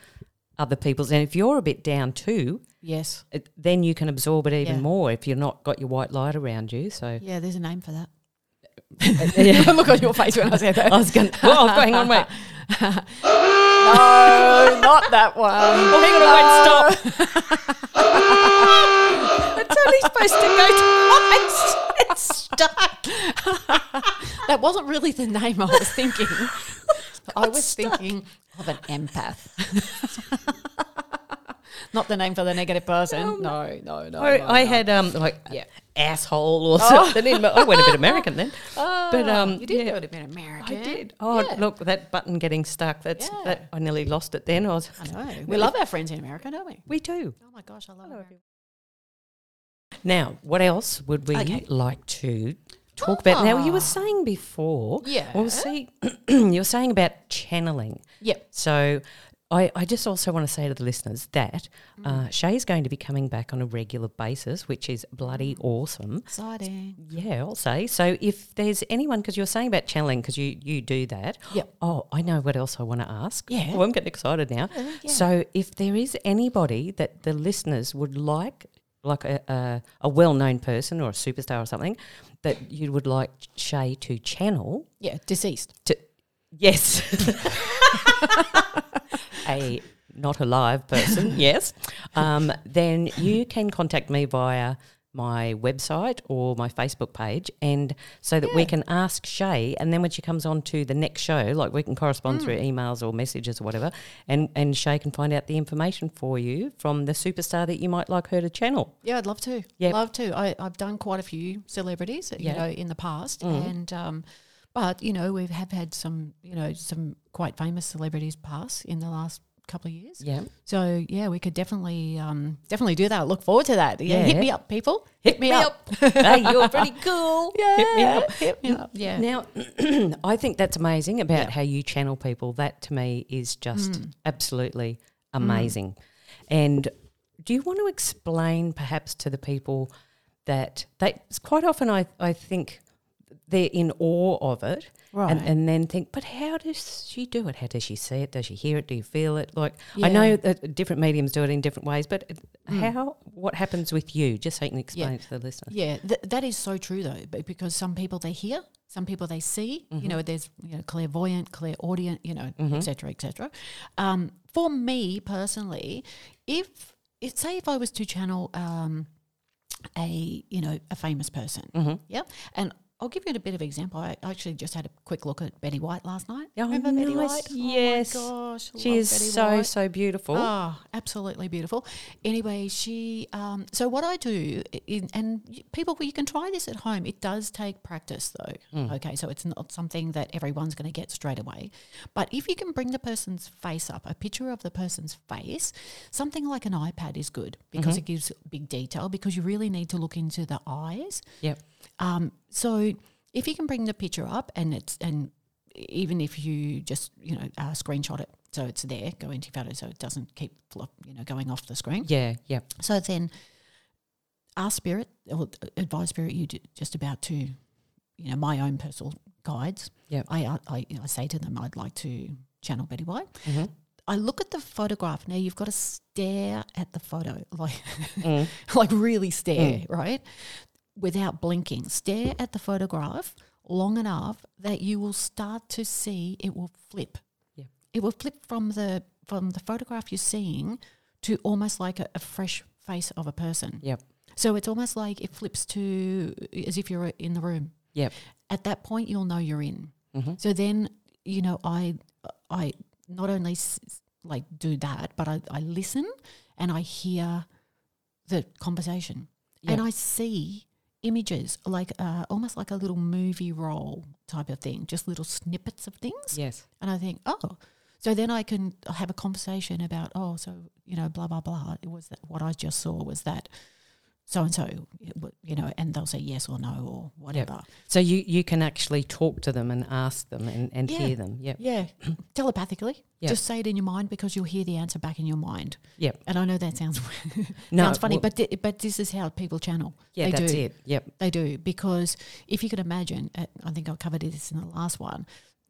Speaker 1: other people's. And if you're a bit down too,
Speaker 2: Yes.
Speaker 1: it, then you can absorb it even
Speaker 2: Yeah.
Speaker 1: more if you're not got your white light around you. So
Speaker 2: Yeah, there's a name for that.
Speaker 1: yeah.
Speaker 2: Look on your face when I said that.
Speaker 1: I was going. Well, hang on, wait.
Speaker 2: no, not that one.
Speaker 1: Oh, hang on, wait. Stop.
Speaker 2: It's only supposed to go twice. It's stuck. that wasn't really the name I was thinking. I was thinking of an empath. Not the name for the negative person. no, no, no.
Speaker 1: Um, I,
Speaker 2: no,
Speaker 1: I
Speaker 2: no.
Speaker 1: had um like
Speaker 2: Yeah. Oh.
Speaker 1: asshole or something. In my, I went a bit American then, but um
Speaker 2: You did
Speaker 1: yeah,
Speaker 2: do it in America.
Speaker 1: I did. Oh
Speaker 2: Yeah.
Speaker 1: look, that button getting stuck. That's
Speaker 2: Yeah.
Speaker 1: that. I nearly lost it then. I was.
Speaker 2: I know. We love our friends in America, don't we?
Speaker 1: We do.
Speaker 2: Oh my gosh, I love America.
Speaker 1: Now, what else would we
Speaker 2: Okay. Ah.
Speaker 1: like to talk about? Now, you were saying before.
Speaker 2: Yeah.
Speaker 1: Well, see, you were saying about channeling.
Speaker 2: Yep.
Speaker 1: So I, I just also want to say to the listeners that
Speaker 2: Mm.
Speaker 1: uh, Shay's going to be coming back on a regular basis, which is bloody
Speaker 2: Mm.
Speaker 1: awesome.
Speaker 2: Exciting.
Speaker 1: Yeah, I'll say. So if there's anyone, because you're saying about channeling, because you, you do that.
Speaker 2: Yep.
Speaker 1: Oh, I know what else I want to ask.
Speaker 2: Yeah.
Speaker 1: Oh, I'm getting excited now.
Speaker 2: yeah.
Speaker 1: So if there is anybody that the listeners would like, like a, a, a well known person or a superstar or something, that you would like Shay to channel,
Speaker 2: Yeah, deceased.
Speaker 1: Yes. a not alive person, yes. Um, then you can contact me via my website or my Facebook page, and so that we can ask Shay, and then when she comes on to the next show, like we can correspond through emails or messages or whatever, and and Shay can find out the information for you from the superstar that you might like her to channel.
Speaker 2: Yeah, I'd love to.
Speaker 1: Yep.
Speaker 2: Love to. I, I've done quite a few celebrities, you
Speaker 1: Yeah. Mm-hmm.
Speaker 2: know, in the past, and um, but you know we have had some, you know, some quite famous celebrities pass in the last couple of years.
Speaker 1: Yeah,
Speaker 2: So yeah, we could definitely, um, definitely do that. Look forward to that. Yeah, hit
Speaker 1: Yeah.
Speaker 2: me up, people. Hit, me, up.
Speaker 1: hey, you're pretty cool.
Speaker 2: Yeah,
Speaker 1: hit me up.
Speaker 2: Hit me up. Yeah.
Speaker 1: Now, I think that's amazing about how you channel people. That to me is just
Speaker 2: Mm.
Speaker 1: absolutely amazing. And do you want to explain perhaps to the people that they quite often I, I think they're in awe of it and,
Speaker 2: Right.
Speaker 1: and then think, but how does she do it? How does she see it? Does she hear it? Do you feel it? Like, I
Speaker 2: Yeah. Mm.
Speaker 1: know that different mediums do it in different ways, but how, what happens with you? Just so you can explain it to the listener.
Speaker 2: Yeah, th- that is so true though, be- because some people they hear, some people they see.
Speaker 1: Mm-hmm.
Speaker 2: You know, there's you know clairvoyant, clairaudient, you know, etc. etc. Um, for me personally, if it, say if I was to channel um, a you know a famous person,
Speaker 1: Mm-hmm.
Speaker 2: yeah, and I'll give you a bit of example. I actually just had a quick look at Betty White last night.
Speaker 1: Oh,
Speaker 2: Remember Betty
Speaker 1: nice.
Speaker 2: White?
Speaker 1: Yes.
Speaker 2: Oh my gosh, I
Speaker 1: She
Speaker 2: love
Speaker 1: is
Speaker 2: Betty
Speaker 1: so,
Speaker 2: White.
Speaker 1: so beautiful.
Speaker 2: Oh, absolutely beautiful. Anyway, she. Um, so what I do, in, and y- people, well, you can try this at home. It does take practice, though.
Speaker 1: Mm.
Speaker 2: Okay, so it's not something that everyone's going to get straight away. But if you can bring the person's face up, a picture of the person's face, something like an iPad is good because
Speaker 1: Mm-hmm.
Speaker 2: it gives big detail. Because you really need to look into the eyes.
Speaker 1: Yep.
Speaker 2: Um, so if you can bring the picture up and it's and even if you just you know uh, screenshot it so it's there go into photo so it doesn't keep flop, you know going off the screen
Speaker 1: Yeah, yeah.
Speaker 2: so then ask spirit or advise spirit you do just about to you know my own personal guides.
Speaker 1: Yep.
Speaker 2: I, uh, I, I say to them, I'd like to channel Betty White.
Speaker 1: Mhm.
Speaker 2: I look at the photograph. Now you've got to stare at the photo, like,
Speaker 1: Mm.
Speaker 2: like really stare, right? Without blinking. Stare at the photograph long enough that you will start to see it will flip.
Speaker 1: Yeah.
Speaker 2: It will flip from the from the photograph you're seeing to almost like a, a fresh face of a person.
Speaker 1: Yep.
Speaker 2: So it's almost like it flips to as if you're in the room.
Speaker 1: Yep.
Speaker 2: At that point, you'll know you're in.
Speaker 1: Mm-hmm.
Speaker 2: So then, you know, I I not only s- s- like do that, but I, I listen and I hear the conversation and
Speaker 1: Yeah.
Speaker 2: I see images like uh, almost like a little movie roll type of thing, just little snippets of things.
Speaker 1: Yes.
Speaker 2: And I think, oh, so then I can have a conversation about, oh, so, you know, blah, blah, blah. It was that what I just saw was that so and so, you know, and they'll say yes or no or whatever.
Speaker 1: So you, you can actually talk to them and ask them and, and
Speaker 2: Yeah.
Speaker 1: hear them. Yep.
Speaker 2: Yeah, telepathically.
Speaker 1: Yeah.
Speaker 2: Just say it in your mind because you'll hear the answer back in your mind.
Speaker 1: Yep.
Speaker 2: And I know that sounds
Speaker 1: No,
Speaker 2: sounds funny,
Speaker 1: well-
Speaker 2: but thi- but this is how people channel.
Speaker 1: Yeah,
Speaker 2: they
Speaker 1: that's
Speaker 2: do.
Speaker 1: it. Yep.
Speaker 2: They do because if you can imagine, uh, I think I covered this in the last one.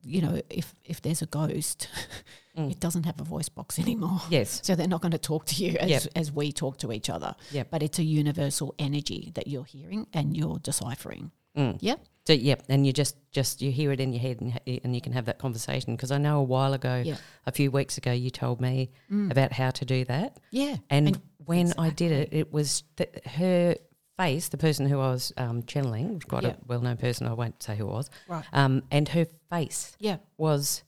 Speaker 2: You know, if if there's a ghost,
Speaker 1: Mm.
Speaker 2: it doesn't have a voice box anymore.
Speaker 1: Yes.
Speaker 2: So they're not going to talk to you as,
Speaker 1: Yep.
Speaker 2: as we talk to each other.
Speaker 1: Yep.
Speaker 2: But it's a universal energy that you're hearing and you're deciphering.
Speaker 1: Mm.
Speaker 2: Yeah.
Speaker 1: So yep, and you just just you hear it in your head and ha- and you can have that conversation because I know a while ago,
Speaker 2: Yeah.
Speaker 1: a few weeks ago, you told me about how to do that,
Speaker 2: Mm. Yeah.
Speaker 1: and, when I did it, it was th- her face, the person who I was um, channeling, quite
Speaker 2: Yeah.
Speaker 1: a well known person, I won't say who it was,
Speaker 2: Right.
Speaker 1: um, and her face
Speaker 2: Yeah.
Speaker 1: was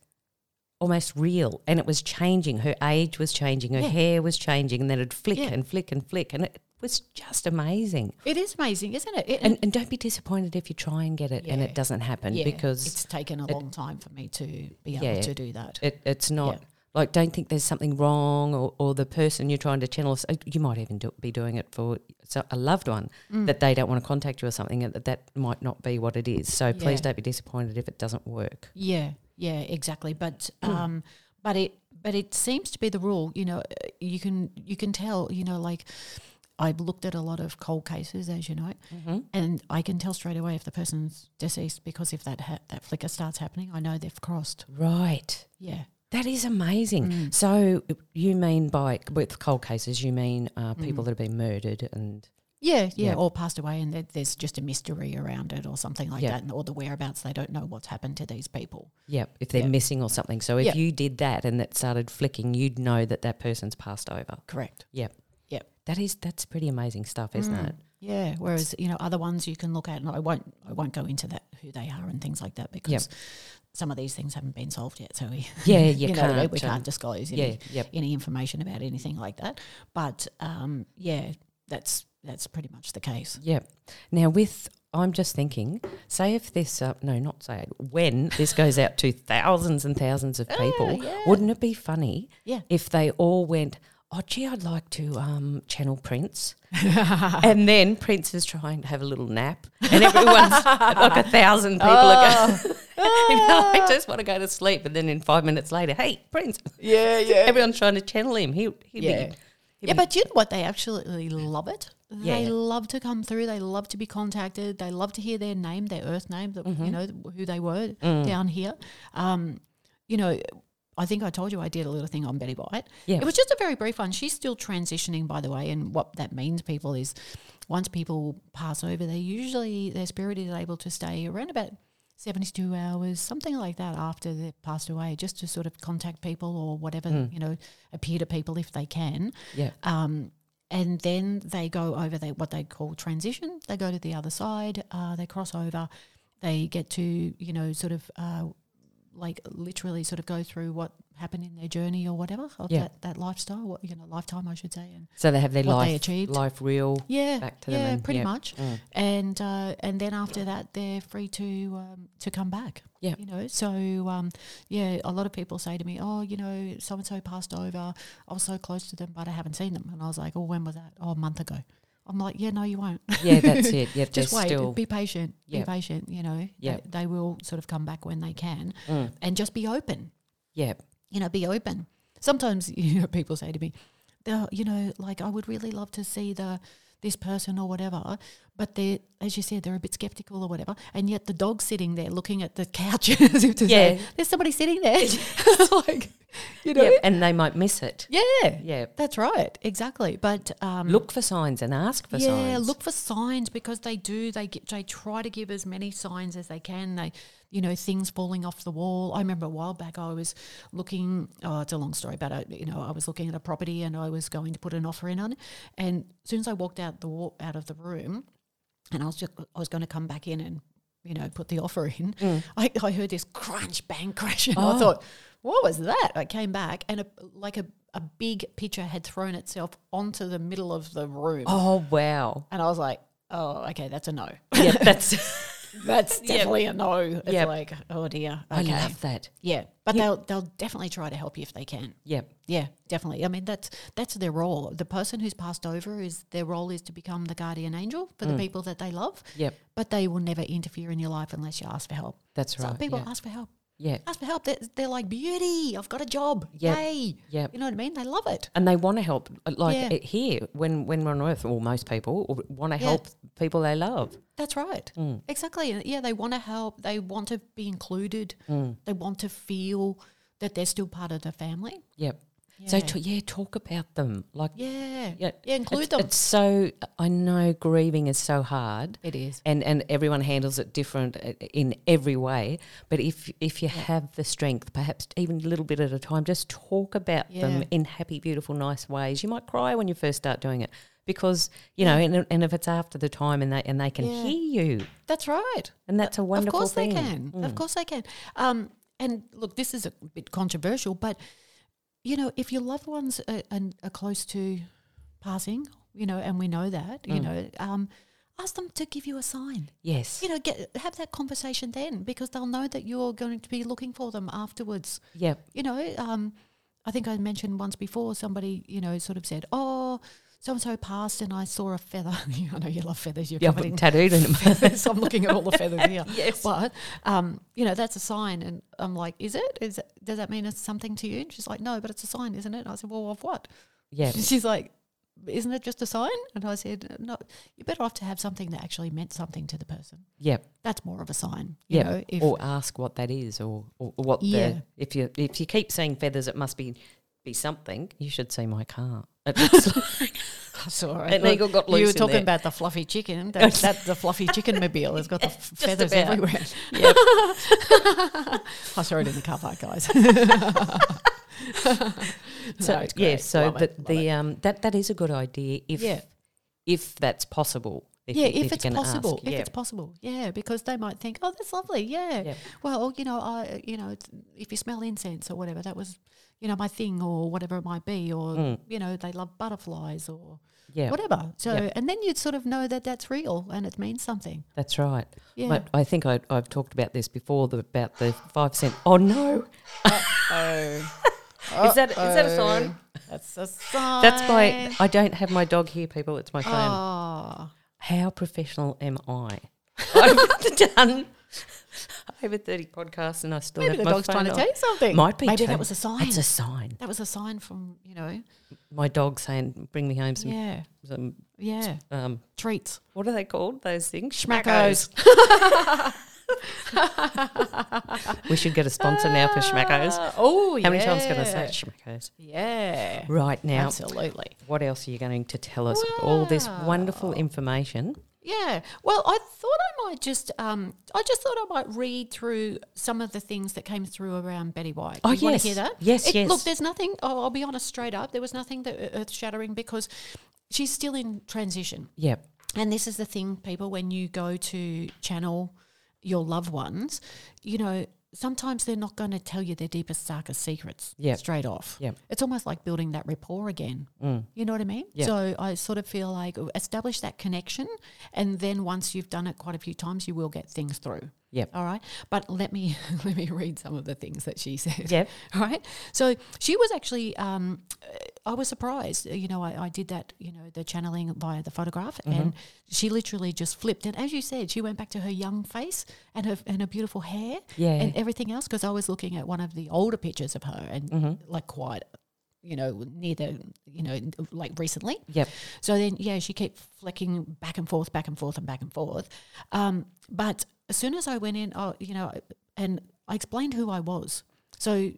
Speaker 1: almost real and it was changing her age was changing her
Speaker 2: Yeah.
Speaker 1: hair was changing and then it'd flick
Speaker 2: Yeah.
Speaker 1: and flick and flick and it was just amazing
Speaker 2: It is amazing, isn't it? It-
Speaker 1: and, and don't be disappointed if you try and get it and
Speaker 2: Yeah.
Speaker 1: it doesn't happen
Speaker 2: yeah,
Speaker 1: because
Speaker 2: it's taken a long time for me to be able
Speaker 1: Yeah.
Speaker 2: to do that.
Speaker 1: it, it's not
Speaker 2: Yeah.
Speaker 1: like don't think there's something wrong or, or the person you're trying to channel so you might even do, be doing it for so- a loved one
Speaker 2: Mm.
Speaker 1: that they don't want to contact you or something and that, that might not be what it is so please
Speaker 2: Yeah.
Speaker 1: don't be disappointed if it doesn't work
Speaker 2: Yeah, yeah, exactly. But um, but it but it seems to be the rule. You know, uh, you can you can tell. You know, like I've looked at a lot of cold cases, as you know, and I can tell straight away if the person's deceased because if that ha- that flicker starts happening, I know they've crossed.
Speaker 1: right
Speaker 2: Yeah,
Speaker 1: That is amazing.
Speaker 2: Mm.
Speaker 1: So you mean by with cold cases, you mean uh,
Speaker 2: Mm.
Speaker 1: people that have been murdered and
Speaker 2: yeah, yeah,
Speaker 1: Yeah.
Speaker 2: or passed away, and there- there's just a mystery around it, or something like
Speaker 1: Yeah.
Speaker 2: that, and or the whereabouts. They don't know what's happened to these people.
Speaker 1: yeah, if they're
Speaker 2: Yeah.
Speaker 1: missing or something. So if
Speaker 2: Yeah.
Speaker 1: you did that and that started flicking, you'd know that that person's passed over.
Speaker 2: Correct.
Speaker 1: Yep.
Speaker 2: Yep.
Speaker 1: That is that's pretty amazing stuff, isn't
Speaker 2: Mm.
Speaker 1: it?
Speaker 2: Yeah. Whereas you know other ones you can look at, and I won't I won't go into that who they are and things like that because some of these things haven't been solved yet, so we
Speaker 1: Yeah, you,
Speaker 2: you know
Speaker 1: can't.
Speaker 2: what I mean? we
Speaker 1: um,
Speaker 2: can't disclose any,
Speaker 1: yeah, yep.
Speaker 2: any information about anything like that. But um, yeah, that's that's pretty much the case.
Speaker 1: Yep. Now, with I'm just thinking, say if this, uh, no, not say it, when this goes out to thousands and thousands of people,
Speaker 2: Oh, yeah.
Speaker 1: wouldn't it be funny
Speaker 2: Yeah.
Speaker 1: if they all went, oh, gee, I'd like to um, channel Prince? and then Prince is trying to have a little nap, and everyone's like a thousand people are going,
Speaker 2: Oh.
Speaker 1: you know, I just want to go to sleep. And then in five minutes later, hey, Prince.
Speaker 2: Yeah, yeah,
Speaker 1: Everyone's trying to channel him. He, he'd
Speaker 2: yeah.
Speaker 1: be,
Speaker 2: Yeah, but you know what? They absolutely love it. They
Speaker 1: Yeah.
Speaker 2: love to come through. They love to be contacted. They love to hear their name, their earth name, that
Speaker 1: Mm-hmm.
Speaker 2: you know who they were
Speaker 1: Mm.
Speaker 2: down here. Um, you know, I think I told you I did a little thing on Betty White.
Speaker 1: Yeah.
Speaker 2: It was just a very brief one. She's still transitioning, by the way. And what that means, people, is once people pass over, they usually their spirit is able to stay around about. 72 hours, something like that, after they've passed away, just to sort of contact people or whatever,
Speaker 1: Mm.
Speaker 2: you know, appear to people if they can.
Speaker 1: yeah,
Speaker 2: Um, and then they go over they, what they call transition. They go to the other side. Uh, they cross over. They get to you know sort of uh, like literally sort of go through what happened in their journey or whatever of
Speaker 1: Yeah.
Speaker 2: that, that lifestyle, what you know lifetime I should say. And
Speaker 1: So they have their
Speaker 2: What they
Speaker 1: life,
Speaker 2: achieved.
Speaker 1: life real.
Speaker 2: yeah,
Speaker 1: Back to
Speaker 2: yeah,
Speaker 1: them and-
Speaker 2: pretty
Speaker 1: yeah.
Speaker 2: much.
Speaker 1: Mm.
Speaker 2: And uh, and then after that, they're free to um, to come back.
Speaker 1: Yeah.
Speaker 2: you know. So um, yeah, a lot of people say to me, "Oh, you know, so and so passed over. I was so close to them, but I haven't seen them." And I was like, "Oh, when was that? Oh, a month ago." I'm like, "Yeah, no, you won't.
Speaker 1: Yeah, that's it. Yeah,
Speaker 2: Just
Speaker 1: they're
Speaker 2: wait.
Speaker 1: still.
Speaker 2: be patient.
Speaker 1: Yeah.
Speaker 2: Be patient. You know, They-
Speaker 1: Yeah.
Speaker 2: they, will sort of come back when they can,
Speaker 1: Mm.
Speaker 2: and just be open
Speaker 1: Yeah,
Speaker 2: you know, be open. Sometimes you know people say to me, "Oh, you know, like I would really love to see the this person or whatever, but they're, as you said, they're a bit skeptical or whatever. And yet the dog's sitting there looking at the couch as if to say,
Speaker 1: Yeah.
Speaker 2: there's somebody sitting there. like, you know,
Speaker 1: Yep, and they might miss it.
Speaker 2: yeah,
Speaker 1: Yeah.
Speaker 2: that's right. Exactly. But, um,
Speaker 1: Look for signs and ask for
Speaker 2: yeah,
Speaker 1: signs.
Speaker 2: look for signs because they do. They get, they try to give as many signs as they can. They, you know, things falling off the wall. I remember a while back I was looking. Oh, it's a long story, but I, you know, I was looking at a property and I was going to put an offer in on. it. And as soon as I walked out the wa- out of the room, and I was just, I was going to come back in and you know put the offer in.
Speaker 1: Mm.
Speaker 2: I, I heard this crunch, bang, crash, and
Speaker 1: Oh.
Speaker 2: I thought, what was that? I came back and a, like a a big pitcher had thrown itself onto the middle of the room.
Speaker 1: Oh wow.
Speaker 2: And I was like, oh, okay, that's a no.
Speaker 1: Yeah, that's
Speaker 2: That's definitely a no. It's
Speaker 1: Yep.
Speaker 2: like, oh dear.
Speaker 1: I
Speaker 2: Okay.
Speaker 1: love that.
Speaker 2: yeah. But they'll they'll definitely try to help you if they can.
Speaker 1: Yeah.
Speaker 2: Yeah, definitely. I mean, that's that's their role. The person who's passed over is their role is to become the guardian angel
Speaker 1: Mm.
Speaker 2: for the people that they love.
Speaker 1: Yep.
Speaker 2: But they will never interfere in your life unless you ask for help.
Speaker 1: That's
Speaker 2: So
Speaker 1: right.
Speaker 2: people
Speaker 1: yeah.
Speaker 2: ask for help.
Speaker 1: yeah.
Speaker 2: Ask for help. They're, they're like, beauty, I've got a job.
Speaker 1: Yep.
Speaker 2: Yay.
Speaker 1: Yep.
Speaker 2: You know what I mean? They love it.
Speaker 1: and they want to help uh, like
Speaker 2: Yeah.
Speaker 1: it here when when we're on earth or most people want to
Speaker 2: Yeah.
Speaker 1: help people they love
Speaker 2: That's right.
Speaker 1: Mm.
Speaker 2: Exactly. And, Yeah, they want to help. They want to be included.
Speaker 1: Mm.
Speaker 2: They want to feel that they're still part of the family.
Speaker 1: yep so
Speaker 2: Yeah.
Speaker 1: to, yeah talk about them like
Speaker 2: Yeah.
Speaker 1: yeah,
Speaker 2: include
Speaker 1: it's,
Speaker 2: them.
Speaker 1: it's so i know grieving is so hard
Speaker 2: it is.
Speaker 1: and and everyone handles it different uh, in every way but if if you have the strength perhaps even a little bit at a time just talk about them
Speaker 2: Yeah.
Speaker 1: in happy beautiful nice ways you might cry when you first start doing it because you know and, and if it's after the time and they and they can
Speaker 2: Yeah.
Speaker 1: hear you
Speaker 2: That's right.
Speaker 1: and that's a wonderful
Speaker 2: Of course
Speaker 1: thing Mm.
Speaker 2: they can. Of course they can. Um, and look, this is a bit controversial, but you know, if your loved ones are, are, are close to passing, you know, and we know that,
Speaker 1: Mm.
Speaker 2: you know, um, ask them to give you a sign.
Speaker 1: yes
Speaker 2: You know, get have that conversation then because they'll know that you're going to be looking for them afterwards.
Speaker 1: Yep.
Speaker 2: you know, um, I think I mentioned once before somebody, you know, sort of said, "Oh, so and so passed, and I saw a feather." I know you love feathers. You're
Speaker 1: Yeah,
Speaker 2: covered in
Speaker 1: tattooed in
Speaker 2: feathers. I'm looking at all the feathers here.
Speaker 1: Yes.
Speaker 2: but um, you know, that's a sign, and I'm like, "Is it? Is it, does that mean it's something to you?" And she's like, "No, but it's a sign, isn't it?" And I said, "Well, of what?"
Speaker 1: Yeah.
Speaker 2: And she's like. Isn't it just a sign? And I said, No, you're better off to have something that actually meant something to the person.
Speaker 1: Yeah.
Speaker 2: That's more of a sign. You
Speaker 1: Yeah.
Speaker 2: know, if
Speaker 1: Or ask what that is or, or what
Speaker 2: Yeah.
Speaker 1: the if you if you keep seeing feathers it must be be something. You should see my car. It looks like
Speaker 2: That's all right.
Speaker 1: an
Speaker 2: Look,
Speaker 1: eagle got
Speaker 2: you
Speaker 1: loose
Speaker 2: were
Speaker 1: in
Speaker 2: talking
Speaker 1: there.
Speaker 2: about the fluffy chicken. That, that the fluffy chicken mobile has got the f- feathers
Speaker 1: about.
Speaker 2: everywhere. I saw it in the car park, guys.
Speaker 1: so,
Speaker 2: No, it's
Speaker 1: yeah,
Speaker 2: great.
Speaker 1: so
Speaker 2: Love
Speaker 1: but
Speaker 2: it, love
Speaker 1: the um that that is a good idea if
Speaker 2: Yeah.
Speaker 1: if that's possible.
Speaker 2: yeah,
Speaker 1: you-
Speaker 2: if
Speaker 1: you
Speaker 2: it's
Speaker 1: can ask.
Speaker 2: possible, if
Speaker 1: yeah.
Speaker 2: it's possible, yeah, because they might think, oh, that's lovely, yeah.
Speaker 1: Yeah.
Speaker 2: Well, you know, I, you know, it's, if you smell incense or whatever, that was, you know, my thing or whatever it might be, or
Speaker 1: Mm.
Speaker 2: you know, they love butterflies or
Speaker 1: yeah.
Speaker 2: whatever. So,
Speaker 1: Yeah.
Speaker 2: and then you'd sort of know that that's real and it means something.
Speaker 1: That's right.
Speaker 2: Yeah.
Speaker 1: But I think I, I've talked about this before the, about the five cent. Oh no, is that is that a sign?
Speaker 2: Oh. That's a sign.
Speaker 1: That's my. I don't have my dog here, people. It's my phone.
Speaker 2: Oh.
Speaker 1: How professional am I? I've done over 30 podcasts and I still
Speaker 2: Maybe
Speaker 1: have
Speaker 2: the
Speaker 1: my
Speaker 2: dog's
Speaker 1: phone
Speaker 2: trying to
Speaker 1: on.
Speaker 2: tell you something.
Speaker 1: Might be.
Speaker 2: Maybe
Speaker 1: too.
Speaker 2: that was a sign.
Speaker 1: That's a sign.
Speaker 2: that was a sign from you know.
Speaker 1: My dog saying, bring me home some,
Speaker 2: Yeah,
Speaker 1: some
Speaker 2: yeah.
Speaker 1: um,
Speaker 2: Treats.
Speaker 1: what are they called, those things?
Speaker 2: Schmackos.
Speaker 1: we should get a sponsor now for schmackos. How
Speaker 2: Ah, oh, yeah.
Speaker 1: many times can I say schmackos?
Speaker 2: Yeah.
Speaker 1: Right now,
Speaker 2: Absolutely.
Speaker 1: what else are you going to tell us? All this wonderful information.
Speaker 2: Yeah. Well, I thought I might just, um, I just thought I might read through some of the things that came through around Betty White.
Speaker 1: Oh,
Speaker 2: you want
Speaker 1: yes.
Speaker 2: to hear that?
Speaker 1: Yes, yes.
Speaker 2: Look, there's nothing. Oh, I'll be honest, straight up, there was nothing that earth shattering because she's still in transition.
Speaker 1: Yep.
Speaker 2: And this is the thing, people, when you go to channel your loved ones, you know, sometimes they're not going to tell you their deepest, darkest secrets
Speaker 1: Yep.
Speaker 2: straight off.
Speaker 1: Yep. Mm.
Speaker 2: It's almost like building that rapport again. You know what I mean?
Speaker 1: Yep.
Speaker 2: So I sort of feel like oh, establish that connection. And then once you've done it quite a few times, you will get things through.
Speaker 1: Yep.
Speaker 2: All right. But let me let me read some of the things that she said.
Speaker 1: Yep.
Speaker 2: All right. So she was actually, um, uh, I was surprised. You know, I, I did that, you know, the channeling via the photograph, and she literally just flipped. And as you said, she went back to her young face and her and her beautiful hair
Speaker 1: Yeah.
Speaker 2: and everything else. Because I was looking at one of the older pictures of her and like quite you know, near the, you know, like recently.
Speaker 1: Yep.
Speaker 2: So then, yeah, she kept flicking back and forth, back and forth, and back and forth. Um, but as soon as I went in, oh, you know, and I explained who I was. So,